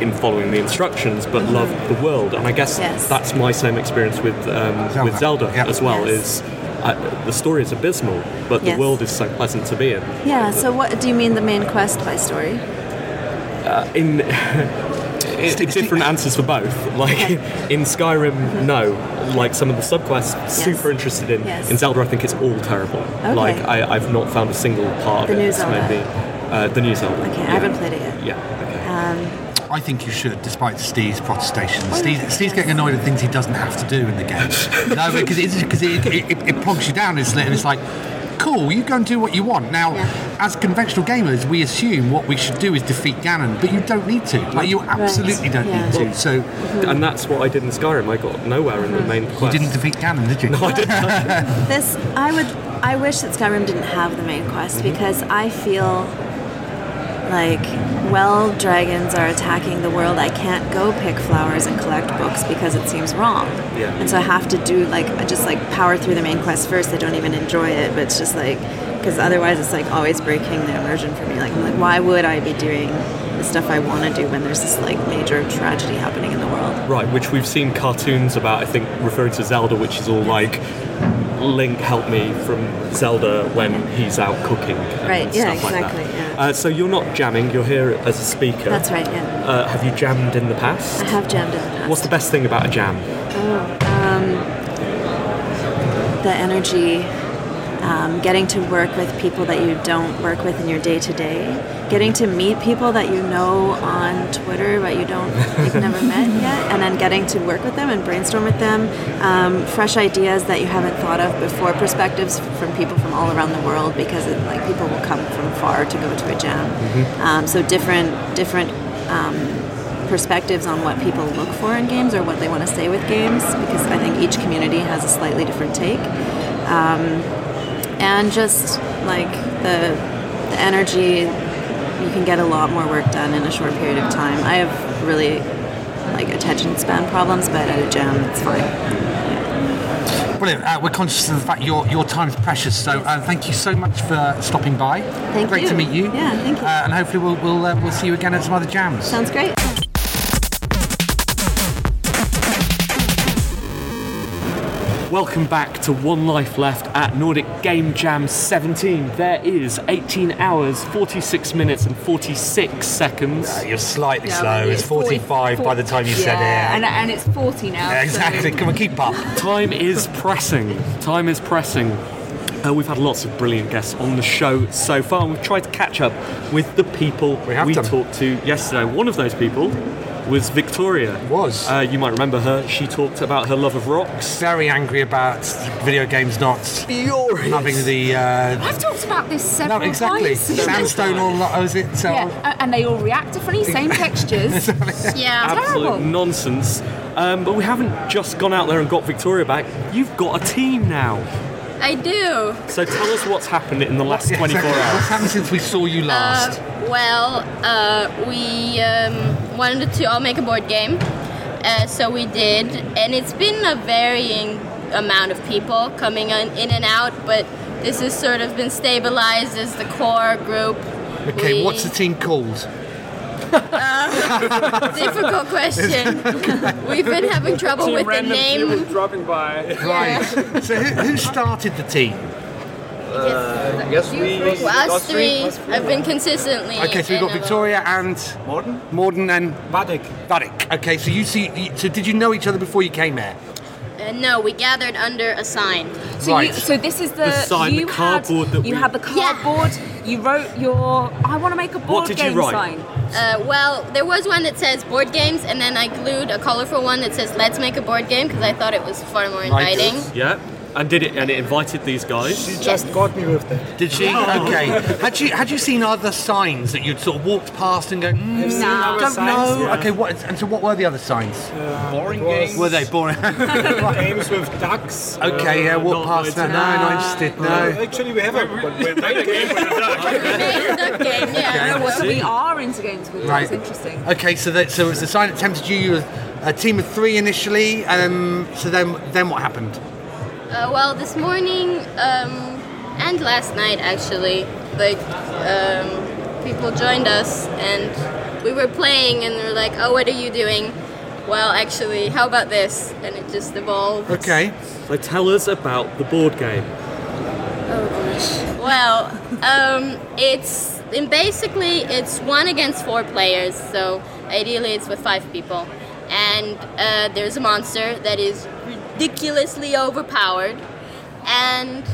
D: in following the instructions, but
F: Mm-hmm.
J: Mhm.
D: loved the world, and I guess that's my same experience with um, with Zelda as well. Is I, the story is abysmal, but
N: Yes.
D: the world is so pleasant to be in.
N: Yeah, so what do you mean the main quest by story?
D: Uh, in it, different answers for both. Like in Skyrim, no. Like some of the subquests, super interested in.
N: Yes.
D: In Zelda, I think it's all terrible.
N: Okay.
D: Like I, I've not found a single part
N: The
D: of it.
N: new
D: that's
N: Zelda.
D: made me- uh, the new Zelda.
N: Okay, I
D: yeah.
N: haven't played it yet.
D: Yeah.
N: Um,
F: I think you should, despite Steve's protestations. Steve, Steve's getting annoyed at things he doesn't have to do in the game. no, because it's, because it, it, it, it plugs you down, isn't it? And it's like, cool, you go and do what you want. Now, as conventional gamers, we assume what we should do is defeat Ganon, but you don't need to. Like, you absolutely don't need to. So,
N: Mm-hmm.
D: and that's what I did in Skyrim. I got nowhere in the main quest. You didn't
F: defeat Ganon, did you?
D: No, I didn't.
N: this I would I wish that Skyrim didn't have the main quest
D: Mm-hmm.
N: because I feel like well dragons are attacking the world I can't go pick flowers and collect books because it seems wrong.
J: Yeah.
N: And so I have to do like I just like power through the main quest first. I don't even enjoy it, but it's just like because otherwise it's like always breaking the immersion for me. Like I'm like why would I be doing the stuff I want to do when there's this like major tragedy happening in the world?
D: Right, which we've seen cartoons about, I think, referring to Zelda, which is all like Link help me from Zelda when he's out cooking. and
N: Right, yeah,
D: stuff
N: exactly,
D: Like
N: yeah.
D: that. Uh, so you're not jamming, you're here as a speaker.
N: That's right, yeah.
D: Uh, have you jammed in the past?
N: I have jammed in the past.
D: What's the best thing about a jam?
N: Oh, um, the energy, um, getting to work with people that you don't work with in your day to day, getting to meet people that you know on Twitter but you don't, you've never met yet, and then getting to work with them and brainstorm with them, um, fresh ideas that you haven't thought of before, perspectives from people from all around the world because it, like people will come from far to go to a jam. Um, so different different um, perspectives on what people look for in games or what they want to say with games, because I think each community has a slightly different take, um, and just like the the energy, you can get a lot more work done in a short period of time. I have really like attention span problems, but at a jam, it's fine.
F: Brilliant. Uh, we're conscious of the fact your, your time's precious, so uh, thank you so much for stopping by. Thank Great to
N: you.
F: meet you.
N: Yeah, thank you.
F: Uh, and hopefully we'll we'll, uh, we'll see you again at some other jams.
N: Sounds great.
D: Welcome back to One Life Left at Nordic Game Jam 17. There is 18 hours, 46 minutes, and 46 seconds.
F: you're slightly
E: Yeah, slow. maybe It's it's 45 by the
D: time
E: yeah, and, and it's 40 now. so-
F: on, keep up.
D: Time is pressing. Time is pressing. Uh, we've had lots of brilliant guests on the show so far, and we've tried to catch up with the people we, talked to yesterday. One of those people was Victoria.
F: Was
D: uh, you might remember her? She talked about her love of rocks.
F: Very angry about video games not
E: Furious.
F: having the uh,
E: I've talked about this several
F: no exactly
E: times.
F: sandstone or lo- oh, is it? So
E: Yeah, a- and they all react differently, same textures. yeah,
D: Absolute
E: terrible.
D: nonsense. Um, but we haven't just gone out there and got Victoria back. You've got a team now.
O: I do.
D: So tell us what's happened in the last
F: Yeah,
D: 24
F: exactly.
D: hours.
F: What's happened since we saw you last?
O: Uh, well, uh, we um, wanted to all make a board game, uh, so we did, and it's been a varying amount of people coming in, in and out, but this has sort of been stabilized as the core group.
F: okay,
O: we-
F: what's the team called?
O: Uh, difficult question. We've been having trouble
M: Two
O: with the
M: random
O: name.
M: people dropping by.
F: Right. so who, who started the team?
M: Uh, yes, we.
O: Well, us
M: us
O: three
M: us
O: have been consistently.
F: Okay, so we've got
O: in and
F: Victoria and Morden, Morden and Vadik. Vadik. Okay, so you see. So did you know each other before you came here?
O: out. Uh, no, we gathered under a sign.
E: So, you, so this is the,
O: The sign, the
E: you
O: cardboard
E: had,
O: that
E: you
O: we-
E: had the cardboard. You wrote your I want to make a board game sign.
O: Uh, well, there was one that says board games, and then I glued a colorful one that says "Let's make a board game" because I thought it was far more inviting.
D: Yeah, and did it, and it invited these guys. She
O: just
D: got me with that.
F: Did she?
D: Oh.
F: Okay. Had you had you seen other signs that you'd sort of walked past and go, mm,
D: I've seen
F: I
D: other
F: don't
D: signs,
F: know.
D: yeah. Uh,
F: Okay. What? And so, what were the other signs?
M: boring
F: games. Were they boring?
M: games with ducks.
F: Okay,
D: Uh,
F: yeah, walk past that. No, not interested. No.
M: Actually, we have a. but we made a game with a
E: duck. game,
F: yeah. Okay.
E: so we are into games with
F: Right.
E: right. It's interesting.
F: Okay. So that so it was the sign that tempted you. You were a team of three initially. Um. So then then what happened?
O: Uh, well, this morning um, and last night actually, like um, people joined us and we were playing and they were like, "Oh, what are you doing?" Well, actually, how about this? And it just evolved.
F: Okay.
D: So tell us about the board game.
O: Oh gosh. Well, um, it's and basically it's one against four players. So ideally, it's with five people, and uh, there's a monster that is ridiculously overpowered, and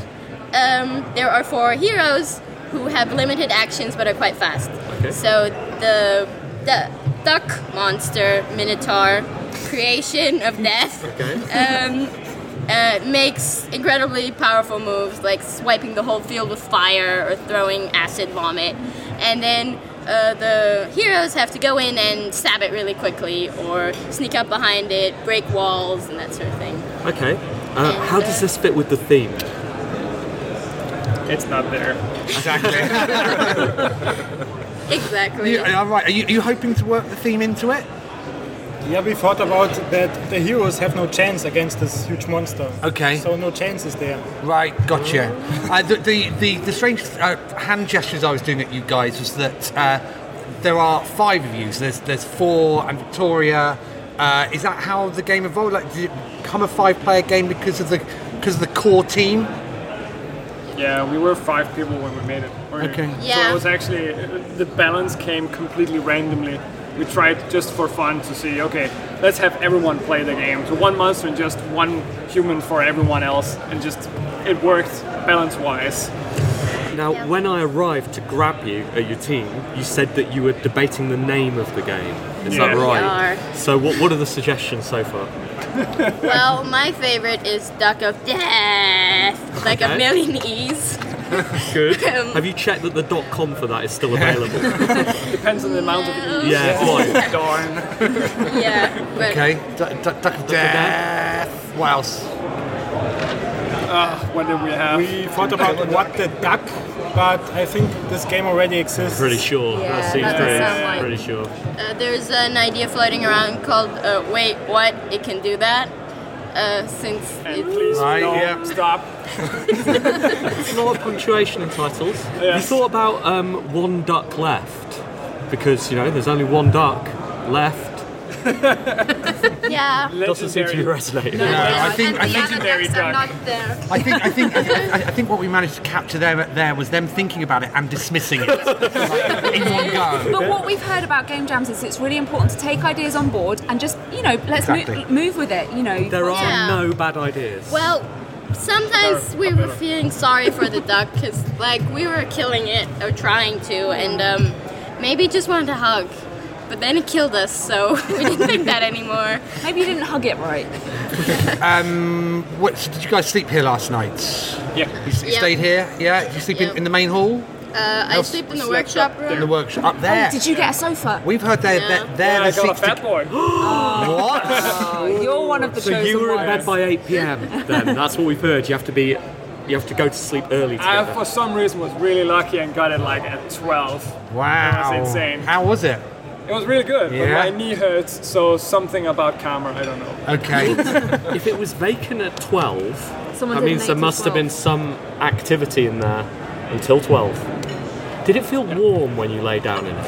O: um, there are four heroes who have limited actions but are quite fast.
J: Okay.
O: So the the duck monster minotaur creation of death um, uh, makes incredibly powerful moves like swiping the whole field with fire or throwing acid vomit. And then uh, the heroes have to go in and stab it really quickly or sneak up behind it, break walls, and that sort of thing.
D: Okay. Uh, how does this fit with the theme?
M: It's not there.
O: Exactly.
F: all right. Are you, are you hoping to work the theme into it?
M: Yeah, we thought about that the heroes have no chance against this huge monster.
F: Okay.
M: So no chance is there.
F: Right, gotcha. Uh, the, the, the, the strange uh, hand gestures I was doing at you guys was that uh, there are five of you. So there's, there's four and Victoria. Uh, is that how the game evolved? Like, did it become a five-player game because of the because of the core team?
P: Yeah, we were five people when we made it. Or-
F: Okay.
P: So
O: Yeah.
P: it was actually the balance came completely randomly. We tried just for fun to see. Okay, let's have everyone play the game. So one monster and just one human for everyone else, and just it worked balance-wise.
D: Now, when I arrived to grab you at your team, you said that you were debating the name of the game. Is
O: Yeah.
D: that
O: We
D: right?
O: are.
D: So, what, what are the suggestions so far?
O: well, my favorite is Duck of Death, like
D: Okay.
O: a million E's.
D: Good.
O: Um,
D: Have you checked that the .com for that is still available?
P: Depends on the amount of
D: No. Yeah, fine.
P: Darn.
O: yeah. But
F: Okay. Duck, duck, duck of death. What else?
P: Uh,
D: Ah,
P: what did we have?
M: We thought about what the duck, but I think this game already exists.
D: Pretty sure.
O: Yeah,
D: that seems
O: that does
D: pretty,
O: sound like-
D: pretty sure.
O: Uh, there's an idea floating around called uh, "Wait, what? It can do that." Uh, since it,
D: Right,
P: no,
D: yeah.
P: Stop.
D: There's a lot of punctuation in titles. You thought about um, one duck left because you know there's only one duck left.
O: yeah.
D: Doesn't seem to be resonating.
F: I think I think
O: legendary duck. not there.
F: I think I think I, I think what we managed to capture there there was them thinking about it and dismissing it like, in one go.
E: But what we've heard about game jams is it's really important to take ideas on board and just you know let's
D: Exactly.
E: mo- move with it. You know. you
D: there are
E: can't-
D: no bad ideas.
O: Well, sometimes we were feeling sorry for the duck because, like, we were killing it or trying to, and um, maybe it just wanted to hug. But then it killed us, so we didn't think that anymore.
E: Maybe you didn't hug it right.
F: Um, what, so did you guys sleep here last night?
P: Yeah.
F: You, s- you
O: Yeah.
F: stayed here? Yeah? Did you sleep in, in the main hall?
O: Uh, I
F: Else-
O: sleep in the workshop
F: In
O: room.
F: the workshop? Up there?
E: Oh, did you get a sofa?
F: We've heard they're, they're, they're the six to-
P: boy.
F: What?
E: you're one of the
D: so
E: chosen
D: you were in
E: ones.
D: bed by 8 p.m. Then that's what we've heard. You have to be, you have to go to sleep early.
P: I,
D: Together.
P: for some reason, was really lucky and got it like at 12.
F: Wow.
P: That was insane.
F: How was it?
P: It was really good,
F: Yeah.
P: but my knee hurts, so something about karma, I don't know.
F: Okay.
D: if it was vacant at 12,
P: Someone
D: that
P: did
D: means there
P: make it
D: must have
P: 12.
D: been some activity in there until 12. Did it feel warm when you lay down in it?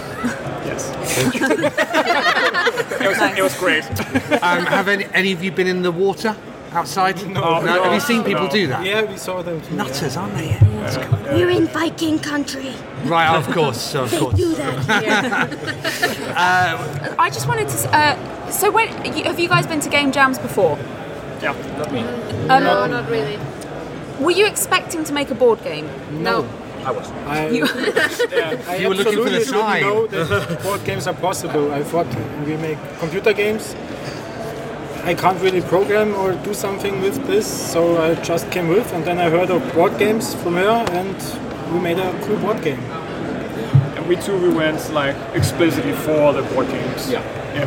P: Yes. It was, it was great.
F: um, have any, any of you been in the water outside?
M: No, no,
F: Have you seen people
M: no.
F: do that?
M: Yeah, we saw them. Too,
F: Nutters, aren't they?
O: We're in Viking country.
F: Right, of course, of
O: They
F: course.
O: do that here.
F: Uh,
E: uh, I just wanted to. s- Uh, so when you, have you guys been to game jams before? Um,
P: Yeah.
F: Not me.
E: Uh,
I: no, not really.
E: Were you expecting to make a board game?
I: No.
F: I was.
M: I,
E: You-
M: I
F: You were looking for the
M: absolutely
F: sign.
M: didn't know that board games are possible. I thought we make computer games. I can't really program or do something with this, so I just came with, and then I heard of board games from her, and we made a cool board game.
P: And we too, we went like explicitly for the board games. Yeah. Yeah.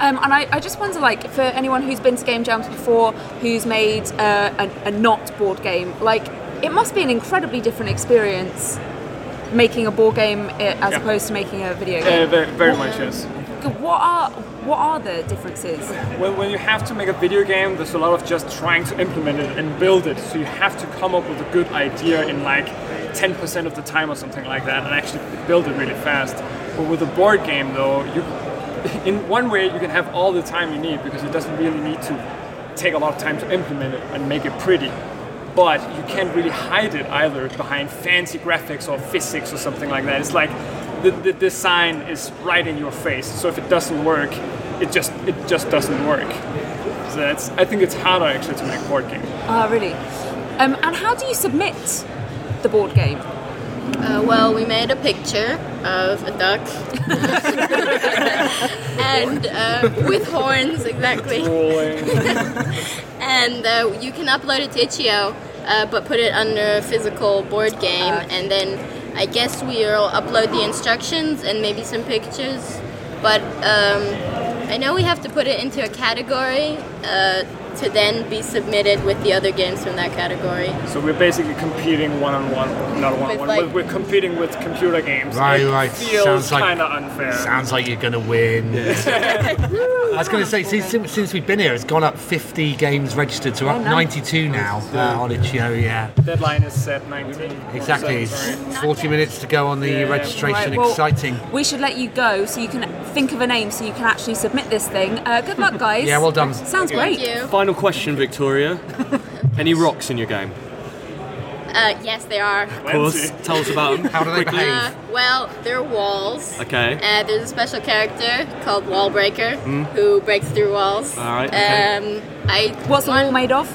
E: Um, and I, I just wonder, like, for anyone who's been to game jams before, who's made uh, a, a not board game, like, it must be an incredibly different experience making a board game uh, as
P: Yeah.
E: opposed to making a video
P: Uh,
E: game.
P: very, very much yes.
E: What are what are the differences?
P: When, when you have to make a video game, there's a lot of just trying to implement it and build it. So you have to come up with a good idea in like 10% of the time or something like that and actually build it really fast. But with a board game, though, you in one way you can have all the time you need because it doesn't really need to take a lot of time to implement it and make it pretty. But you can't really hide it either behind fancy graphics or physics or something like that. It's like the, the design is right in your face. So if it doesn't work, it just it just doesn't work. So that's I think it's harder actually to make board game.
E: Ah, really? Um, and how do you submit the board game?
O: Uh, well, we made a picture of a duck. and uh, with horns, exactly. and uh, you can upload it to Itch.io, uh, but put it under physical board game.
J: Uh.
O: And then I guess we'll upload the instructions and maybe some pictures. But um, I know we have to put it into a category uh, to then be submitted with the other games from that category.
P: So we're basically competing one on one, not one on one.
O: like-
P: We're- We're competing with computer games.
F: Right,
P: it
F: right.
P: Feels
F: Sounds like-
P: kind of unfair.
F: Sounds like you're going to win. I was going to say, since, since since we've been here, it's gone up 50 games registered, so we're
P: Oh,
F: up
P: nice.
F: 92 now uh, on Itch.io, yeah.
P: Deadline is set 19.
F: Exactly,
P: So,
F: it's
P: sorry.
F: 40 minutes to go on the registration.
E: Right, well-
F: Exciting.
E: We should let you go so you can think of a name so you can actually submit this thing. Uh, good luck, guys.
J: Yeah, well done.
E: Sounds great.
J: Final question, Victoria. Any rocks in your game?
O: Uh, yes, they are.
J: Of course. Tell us about them. How do they
O: Uh, well, they're walls.
J: Okay.
O: Uh, there's a special character called Wallbreaker
J: Hmm.
O: who breaks through walls.
J: All right, okay.
O: Um, I
E: What's the wall made of?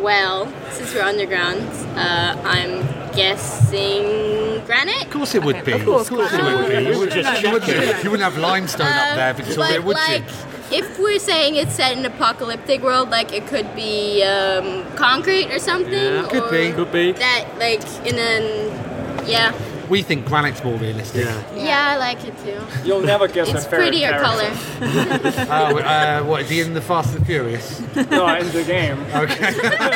O: Well, since we're underground, uh, I'm guessing granite. Of
F: course it would be. You would just check it. You wouldn't have limestone up there, Victoria,
O: but
F: would
O: Uh, like,
F: you?
O: if we're saying it's set in an apocalyptic world, like it could be um, concrete or something. or
J: Could be.
O: That like in an yeah.
F: We think granite's more realistic.
O: Yeah, I like it too.
P: You'll never guess
O: It's
P: a fair
O: prettier
P: character.
F: Oh, uh, what, is he in the Fast and Furious?
P: no, in the game.
F: Okay.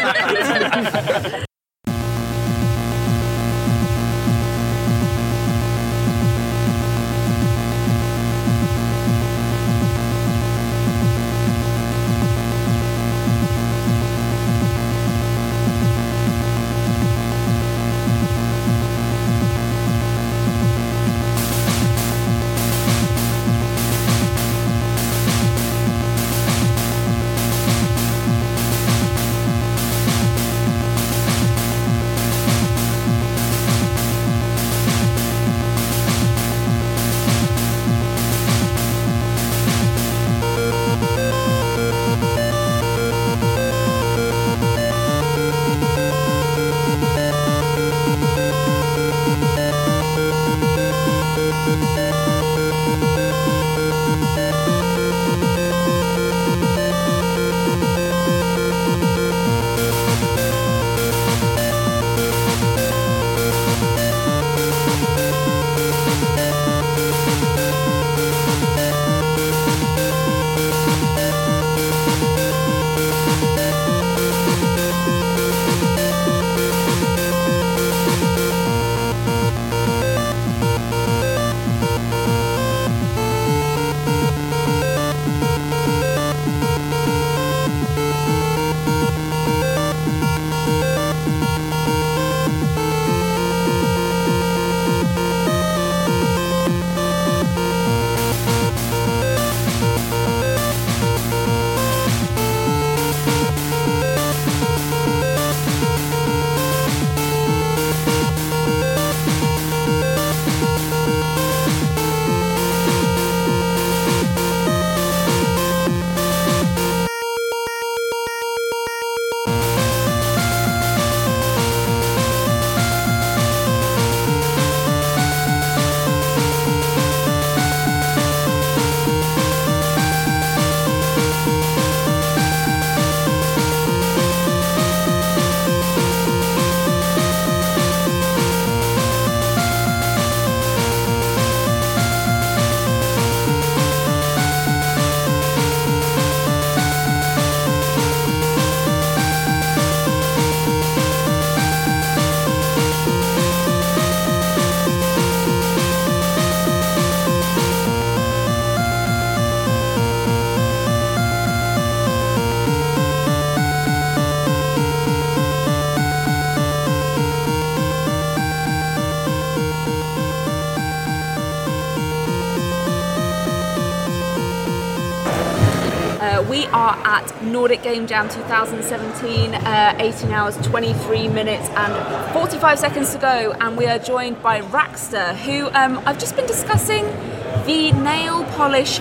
E: Uh, we are at Nordic Game Jam 2017, uh, 18 hours, 23 minutes, and 45 seconds to go. And we are joined by Raxter, who um, I've just been discussing the nail polish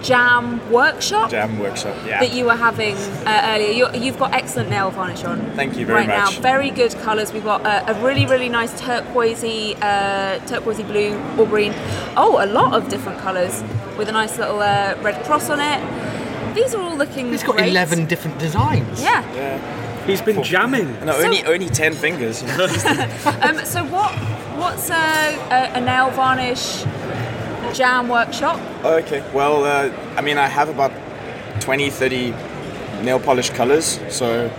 E: jam workshop
Q: Jam workshop. Yeah.
E: that you were having uh, earlier. You're, you've got excellent nail varnish on.
Q: Thank you very
E: right
Q: much.
E: now. Very good colours. We've got a, a really, really nice turquoisey, uh, turquoisey blue, aubergine. Oh, a lot of different colours with a nice little uh, red cross on it. These are all looking.
F: He's got
E: great.
F: 11 different designs.
E: Yeah.
Q: He's been jamming. No,
E: So-
Q: only only ten fingers.
E: um, so what? What's a, a, a nail varnish jam workshop?
Q: Oh, Okay. Well, uh, I mean, I have about 20, 30 nail polish colors, so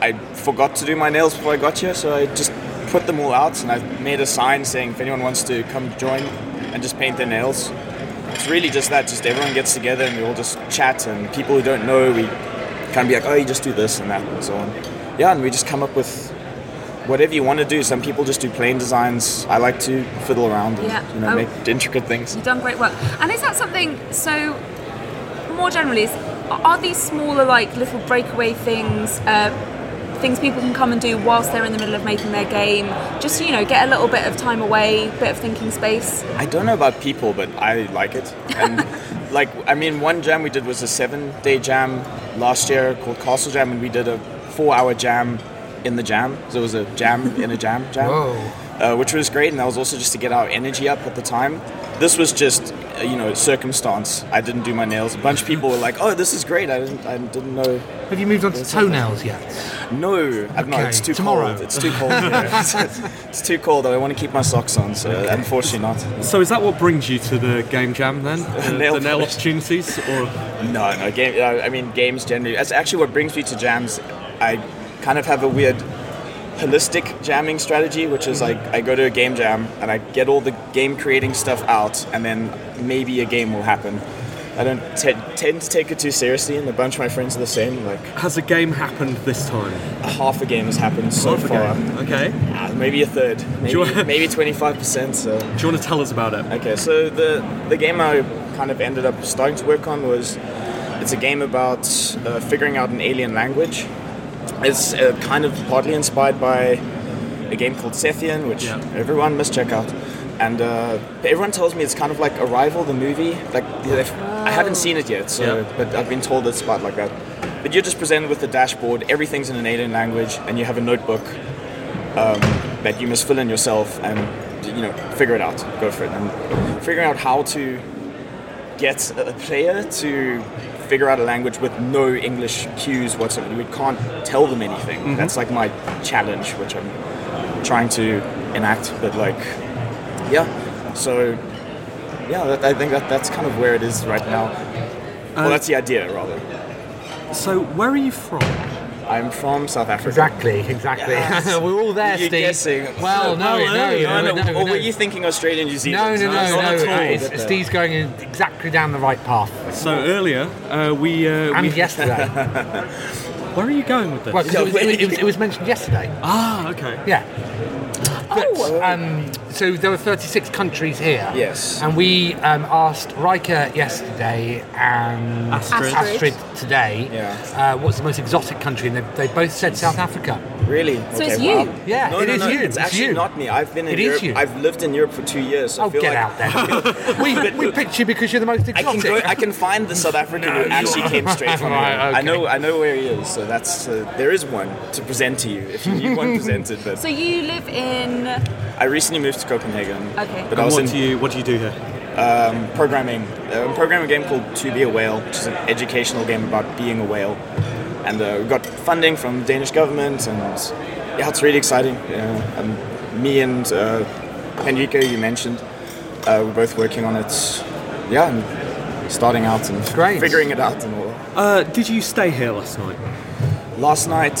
Q: I forgot to do my nails before I got here, so I just put them all out and I made a sign saying if anyone wants to come join and just paint their nails. It's really just that, just everyone gets together and we all just chat, and people who don't know, we kind of be like, oh, you just do this and that and so on. Yeah, and we just come up with whatever you want to do. Some people just do plain designs. I like to fiddle around and
E: Yeah.
Q: you know,
E: Oh.
Q: make intricate things.
E: You've done great work. And is that something? So, more generally, is, are these smaller, like little breakaway things, uh, things people can come and do whilst they're in the middle of making their game? Just you know, get a little bit of time away, bit of thinking space.
Q: I don't know about people, but I like it. And like, I mean, one jam we did was a seven-day jam last year called Castle Jam, and we did a four-hour jam in the jam. So it was a jam in a jam jam,
F: Whoa.
Q: Uh, which was great, and that was also just to get our energy up at the time. This was just, uh, you know, circumstance. I didn't do my nails. A bunch of people were like, "Oh, this is great." I didn't, I didn't know.
F: Have you moved on to toenails yet?
Q: No, I've not.
F: Okay,
Q: It's too
F: tomorrow.
Q: cold. It's too cold. here. it's, it's too cold. I want to keep my socks on, so unfortunately not.
D: So is that what brings you to the game jam then? The
Q: Nail
D: the nail
Q: polish.
D: opportunities, or
Q: No, no. Game. uh, I mean, games generally. That's actually what brings me to jams. I kind of have a weird holistic jamming strategy, which is like I go to a game jam and I get all the game creating stuff out, and then maybe a game will happen. I don't te- tend to take it too seriously, and a bunch of my friends are the same. Like,
D: has a game happened this time?
Q: Half a game has happened so
D: Half a
Q: far.
D: game, Okay.
Q: Ah, maybe a third. Maybe,
D: you wanna-
Q: maybe 25%. So. Do
D: you want to tell us about it?
Q: Okay, so the, the game I kind of ended up starting to work on was it's a game about uh, figuring out an alien language. It's uh, kind of partly inspired by a game called Sethian, which everyone must check out. And uh, everyone tells me it's kind of like Arrival, the movie. Like they've- I haven't seen it yet, so but I've been told it's about like that. But you're just presented with the dashboard. Everything's in an alien language, and you have a notebook um, that you must fill in yourself and you know figure it out. Go for it. And figuring out how to get a player to figure out a language with no English cues whatsoever. We can't tell them anything.
D: Mhm.
Q: That's like my challenge, which I'm trying to enact. But like, yeah. So, yeah, that, I think that that's kind of where it is right now. well, that's the idea, rather.
D: So, where are you from?
Q: I'm from South Africa.
F: Exactly, exactly. We're all there,
Q: You're
F: Steve.
Q: guessing.
F: Well, no,
Q: Well,
F: no, no, no, no,
Q: Or
F: no.
Q: were you thinking Australia, New
F: No,
Q: Zealand?
F: no, no,
Q: not
F: no.
Q: at all.
F: It's-
Q: But, uh,
F: Steve's going in exactly down the right path.
D: So earlier uh, we uh,
F: And
D: we-
F: yesterday.
D: where are you going with this?
F: Well, 'cause it, was, it, was, it was mentioned yesterday.
D: Ah, okay.
F: Yeah. But, um, so there were 36 countries here.
Q: Yes.
F: And we um, asked Riker yesterday and
Q: Astrid. Astrid.
F: Astrid today uh, what's the most exotic country, and they, they both said South Africa.
Q: Really?
F: So
Q: okay,
F: it's you.
Q: Wow.
F: Yeah,
Q: no,
F: it
Q: no,
F: is
Q: no,
F: you,
Q: It's
F: it's
Q: actually
F: you.
Q: not me. I've been in
F: It is
Q: Europe.
F: you.
Q: I've lived in Europe for two years. So
F: Oh,
Q: I feel
F: get
Q: like
F: out there. we, we picked you because you're the most
Q: I
F: exotic.
Q: can go, I can find the South African
F: No,
Q: who actually
F: you-
Q: came straight from here.
F: Right, okay.
Q: I know I know where he is. So that's uh, there is one to present to you if you need one presented. But
E: So you live in.
Q: I recently moved to Copenhagen.
E: Okay.
Q: But
E: And
Q: I was
E: what
Q: in,
D: do you what do you do here?
Q: Um, programming. Uh, I'm programming a game called To Be a Whale, which is an educational game about being a whale. And uh, we got funding from the Danish government, and yeah, it's really exciting. Yeah. Um, me and uh, Enrico, you mentioned, uh, we're both working on it. Yeah, and starting out and figuring it out and all. that.
D: Uh, did you stay here last night?
Q: Last night,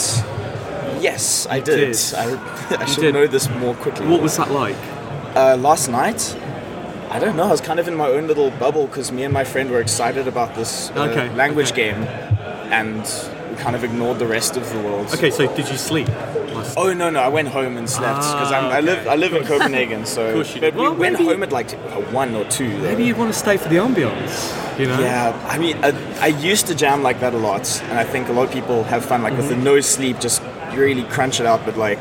Q: yes, I did.
D: did.
Q: I, I
D: You
Q: should
D: did.
Q: know this more quickly.
D: What was that like?
Q: Uh, last night, I don't know. I was kind of in my own little bubble because me and my friend were excited about this uh,
D: Okay,
Q: language game, and we kind of ignored the rest of the world.
D: Okay, so did you sleep?
Q: Oh no no! I went home and slept because
D: Ah,
Q: I live I live in
D: Of course.
Q: Copenhagen, so
D: Of course you
Q: but
D: did.
Q: we
D: Well,
Q: went
D: maybe-
Q: home at like uh, one or two. Though.
D: Maybe you want to stay for the ambience.
L: You know?
Q: Yeah, I mean, I, I used to jam like that a lot, and I think a lot of people have fun like with the
L: Mhm.
D: Mm-hmm.
Q: no sleep, just really crunch it out. But like,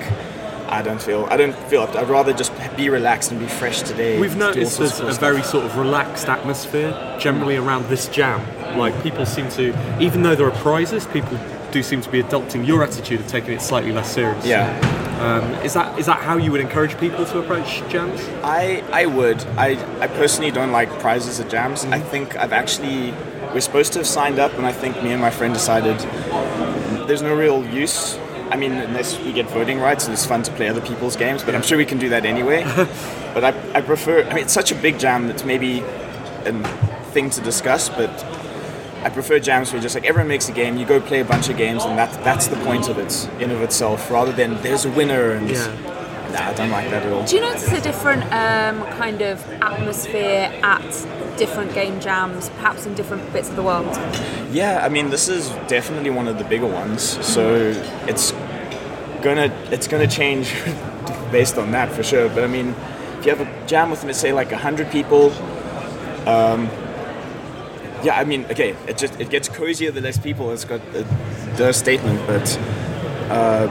Q: I don't feel, I don't feel up. to- I'd rather just be relaxed and be fresh today.
D: We've
Q: do all
D: noticed
Q: sorts
D: there's
Q: of
D: a
Q: cool
D: very
Q: stuff.
D: sort of relaxed atmosphere generally around this jam. Like people seem to, even though there are prizes, people do seem to be adopting your attitude of taking it slightly less serious.
Q: Yeah.
D: Um, is that is that how you would encourage people to approach jams?
Q: I, I would. I, I personally don't like prizes at jams.
D: Mm-hmm.
Q: I think I've actually we're supposed to have signed up, and I think me and my friend decided there's no real use. I mean, unless we get voting rights, and it's fun to play other people's games. But I'm sure we can do that anyway. but I, I prefer. I mean, it's such a big jam that's maybe a thing to discuss, but. I prefer jams where just like everyone makes a game, you go play a bunch of games, and that that's the point of it in of itself. Rather than there's a winner and nah, I don't like that at all.
E: Do you notice a different um, kind of atmosphere at different game jams, perhaps in different bits of the world?
Q: Yeah, I mean, this is definitely one of the bigger ones. So it's gonna it's gonna change based on that for sure. But I mean, if you have a jam with let's say like hundred people, um, yeah, I mean, okay, it just it gets cozier the less people. It's got a, the statement, but. Uh,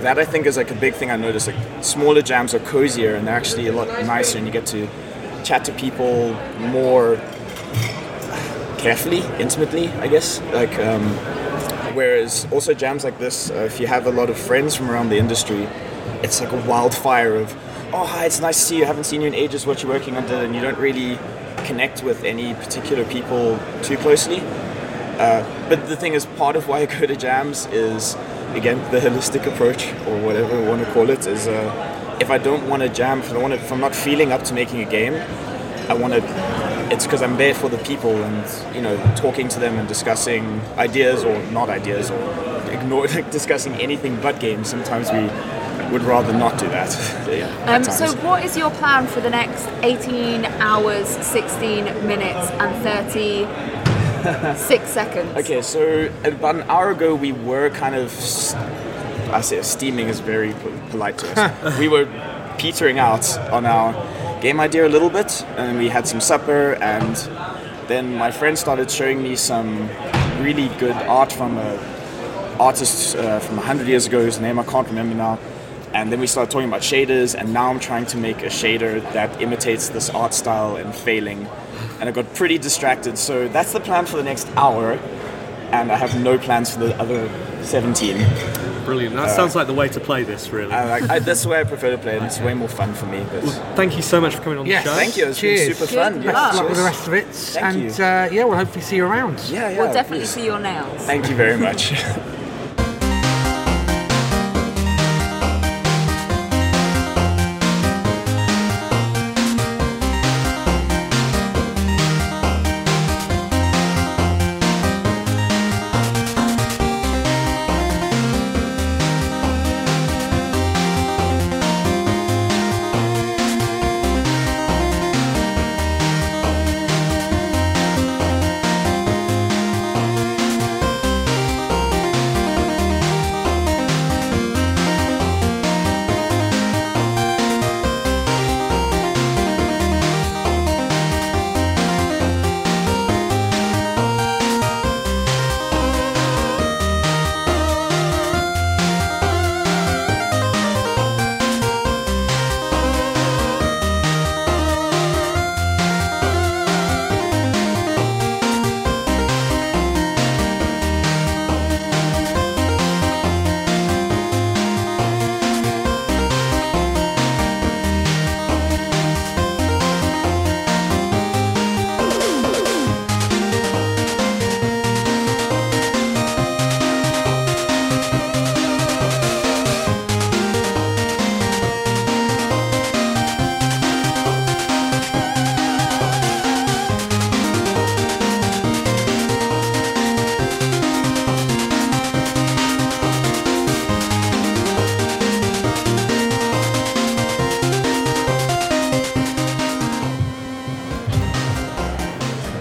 Q: that I think is like a big thing I noticed. Like smaller jams are cozier and they're actually a lot nicer, and you get to chat to people more carefully, intimately, I guess. Like, um, whereas also jams like this, uh, if you have a lot of friends from around the industry, it's like a wildfire of, oh hi, it's nice to see you. I haven't seen you in ages. What you're working on, and you don't really connect with any particular people too closely. Uh, but the thing is, part of why I go to jams is, again, the holistic approach or whatever we want to call it. Is uh, if I don't want to jam, if I don't want to, if I'm not feeling up to making a game, I want to it's because I'm there for the people and you know talking to them and discussing ideas or not ideas or ignore like, discussing anything but games. Sometimes we would rather not do that. yeah, at
E: Um, so,
Q: times.
E: what is your plan for the next 18 hours, 16 minutes, and 36 seconds?
Q: Okay, so about an hour ago we were kind of, s- I say steaming is very po- polite to us. we were petering out on our game idea a little bit, and we had some supper, and then my friend started showing me some really good art from a artist uh, from 100 years ago whose name I can't remember now. And then we started talking about shaders, and now I'm trying to make a shader that imitates this art style and failing. And I got pretty distracted, so that's the plan for the next hour, and I have no plans for the other 17.
D: Brilliant. That
Q: Uh,
D: sounds like the way to play this, really.
Q: I like, I, that's the way I prefer to play it, it's way more fun for me. But
D: Thank you so much for coming on
Q: Yes,
D: the show.
Q: thank you, it's been Cheers. super fun. Good Yeah, luck.
R: Good luck with the
Q: cheers.
R: rest of it.
Q: Thank
R: and
Q: you.
R: Uh, yeah, we'll hopefully see you around.
Q: Yeah, yeah.
E: We'll definitely see your nails.
Q: Thank you very much.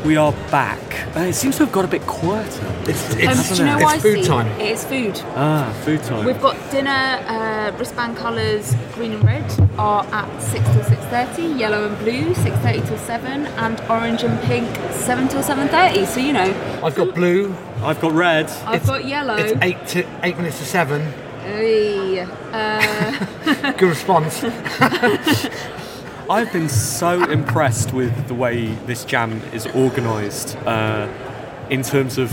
D: We are back. Uh, it seems to have got a bit quieter. It's,
E: um, do you know why, Steve? It is food.
D: Ah, food time.
E: We've got dinner. Uh, wristband colours, green and red, are at six till six thirty. Yellow and blue, six thirty till seven, and orange and pink, seven till seven thirty. So you know,
F: I've got blue.
D: I've got red.
E: I've got yellow.
F: It's eight to eight minutes to seven.
E: Hey, uh,
F: Good response.
D: I've been so impressed with the way this jam is organised uh, in terms of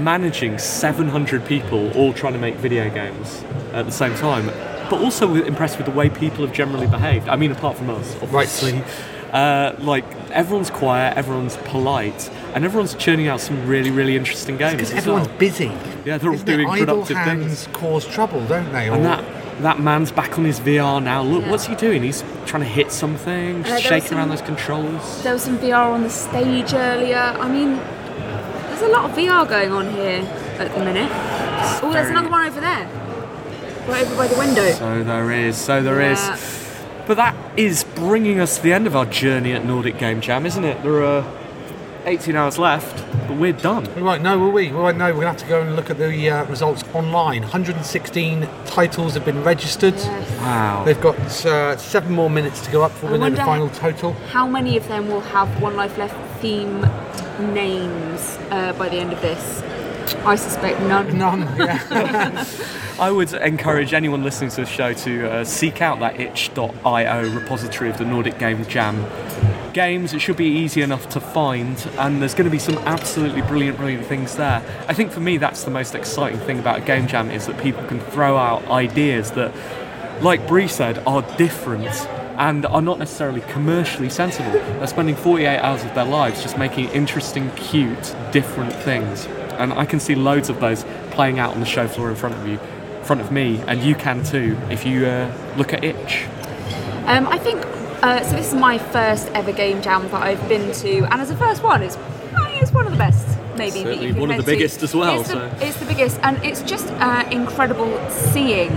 D: managing 700 people all trying to make video games at the same time, but also with- impressed with the way people have generally behaved. I mean, apart from us, obviously. Uh, like everyone's quiet, everyone's polite, and everyone's churning out some really, really interesting games.
F: Because
D: as
F: everyone's
D: well.
F: busy.
D: Yeah, they're all
F: Isn't it?
D: doing
F: Idle
D: productive
F: hands
D: things.
F: cause trouble, don't they? Or-
D: And that that man's back on his VR now. Look,
E: Yeah. Uh,
D: what's he doing? He's trying to hit something,
E: there
D: just
E: was
D: shaking
E: some-
D: around those controls.
E: there was some VR on the stage earlier. I mean, there's a lot of VR going on here at the minute. Oh, there's
D: very-
E: another one over there, right over by the window. Uh,
D: So there is. So there is.
E: Yeah.
D: But that is bringing us to the end of our journey at Nordic Game Jam, isn't it? There are 18 hours left, but we're done.
F: Right, no, will we? Well, no, we're going to have to go and look at the uh, results online. 116 titles have been registered.
D: Wow.
F: They've got uh, seven more minutes to go up before
E: I
F: we know the
E: wonder-
F: final total.
E: How many of them will have One Life Left theme names uh, by the end of this? I suspect none.
F: None,
D: I would encourage anyone listening to the show to uh, seek out that itch.io repository of the Nordic Game Jam games. It should be easy enough to find, and there's going to be some absolutely brilliant, brilliant things there. I think for me, that's the most exciting thing about a game jam is that people can throw out ideas that, like Bree said, are different. And are not necessarily commercially sensible. They're spending 48 hours of their lives just making interesting, cute, different things. And I can see loads of those playing out on the show floor in front of you, front of me, and you can too if you uh, look at Itch.
E: Um, I think uh, so. This is my first ever game jam that I've been to, and as a first one, it's I think it's one of the best. Maybe that
J: Certainly
E: you've been
J: one of the
E: meant to.
J: biggest as well,
E: It's the,
J: so.
E: it's the biggest, and it's just uh, incredible seeing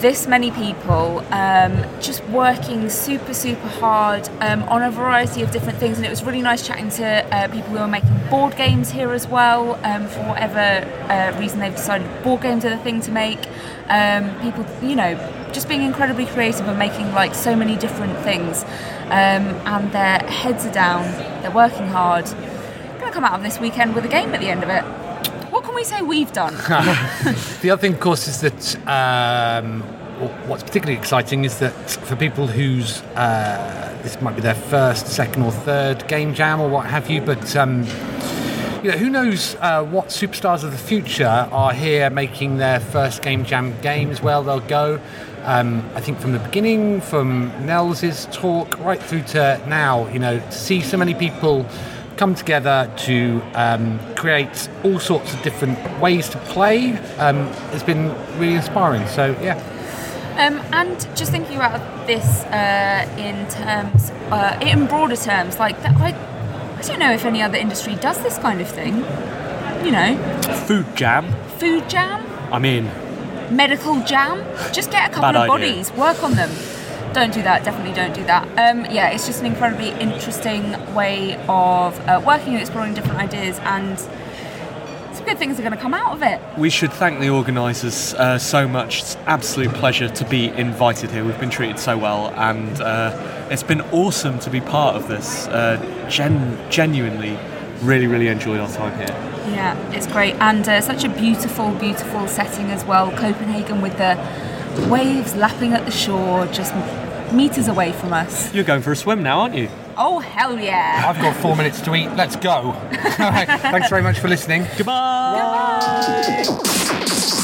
E: this many people um, just working super super hard um, on a variety of different things and it was really nice chatting to uh, people who are making board games here as well um, for whatever uh, reason they've decided board games are the thing to make um, people you know just being incredibly creative and making like so many different things um, and their heads are down they're working hard gonna come out of this weekend with a game at the end of it what can we say we've done
F: the other thing, of course, is that um, wh- what's particularly exciting is that for people whose uh, this might be their first, second, or third game jam or what have you, but um, you know, who knows uh, what superstars of the future are here making their first game jam games? Well, they'll go. Um, I think from the beginning, from Nels's talk right through to now, you know, to see so many people come together to um, create all sorts of different ways to play um, has been really inspiring. So yeah,
E: Um, and just thinking about this uh, in terms, uh, in broader terms, like that, I, I don't know if any other industry does this kind of thing. You know,
D: Food jam.
E: food jam,
D: I'm in.
E: medical jam. Just get a couple
D: Bad
E: of
D: idea.
E: bodies, work on them. Don't do that. Definitely don't do that. Um, yeah, it's just an incredibly interesting way of uh, working and exploring different ideas, and some good things are going to come out of it.
D: We should thank the organisers uh, so much. It's an absolute pleasure to be invited here. We've been treated so well, and uh, it's been awesome to be part of this. Uh, gen- genuinely, really, really enjoyed our time here.
E: Yeah, it's great, and uh, such a beautiful, beautiful setting as well. Copenhagen with the waves lapping at the shore, just meters away from us.
D: You're going for a swim now, aren't you?
E: Oh hell yeah!
F: I've got four minutes to eat. Let's go. All right, thanks very much for listening.
D: Goodbye.
E: Bye.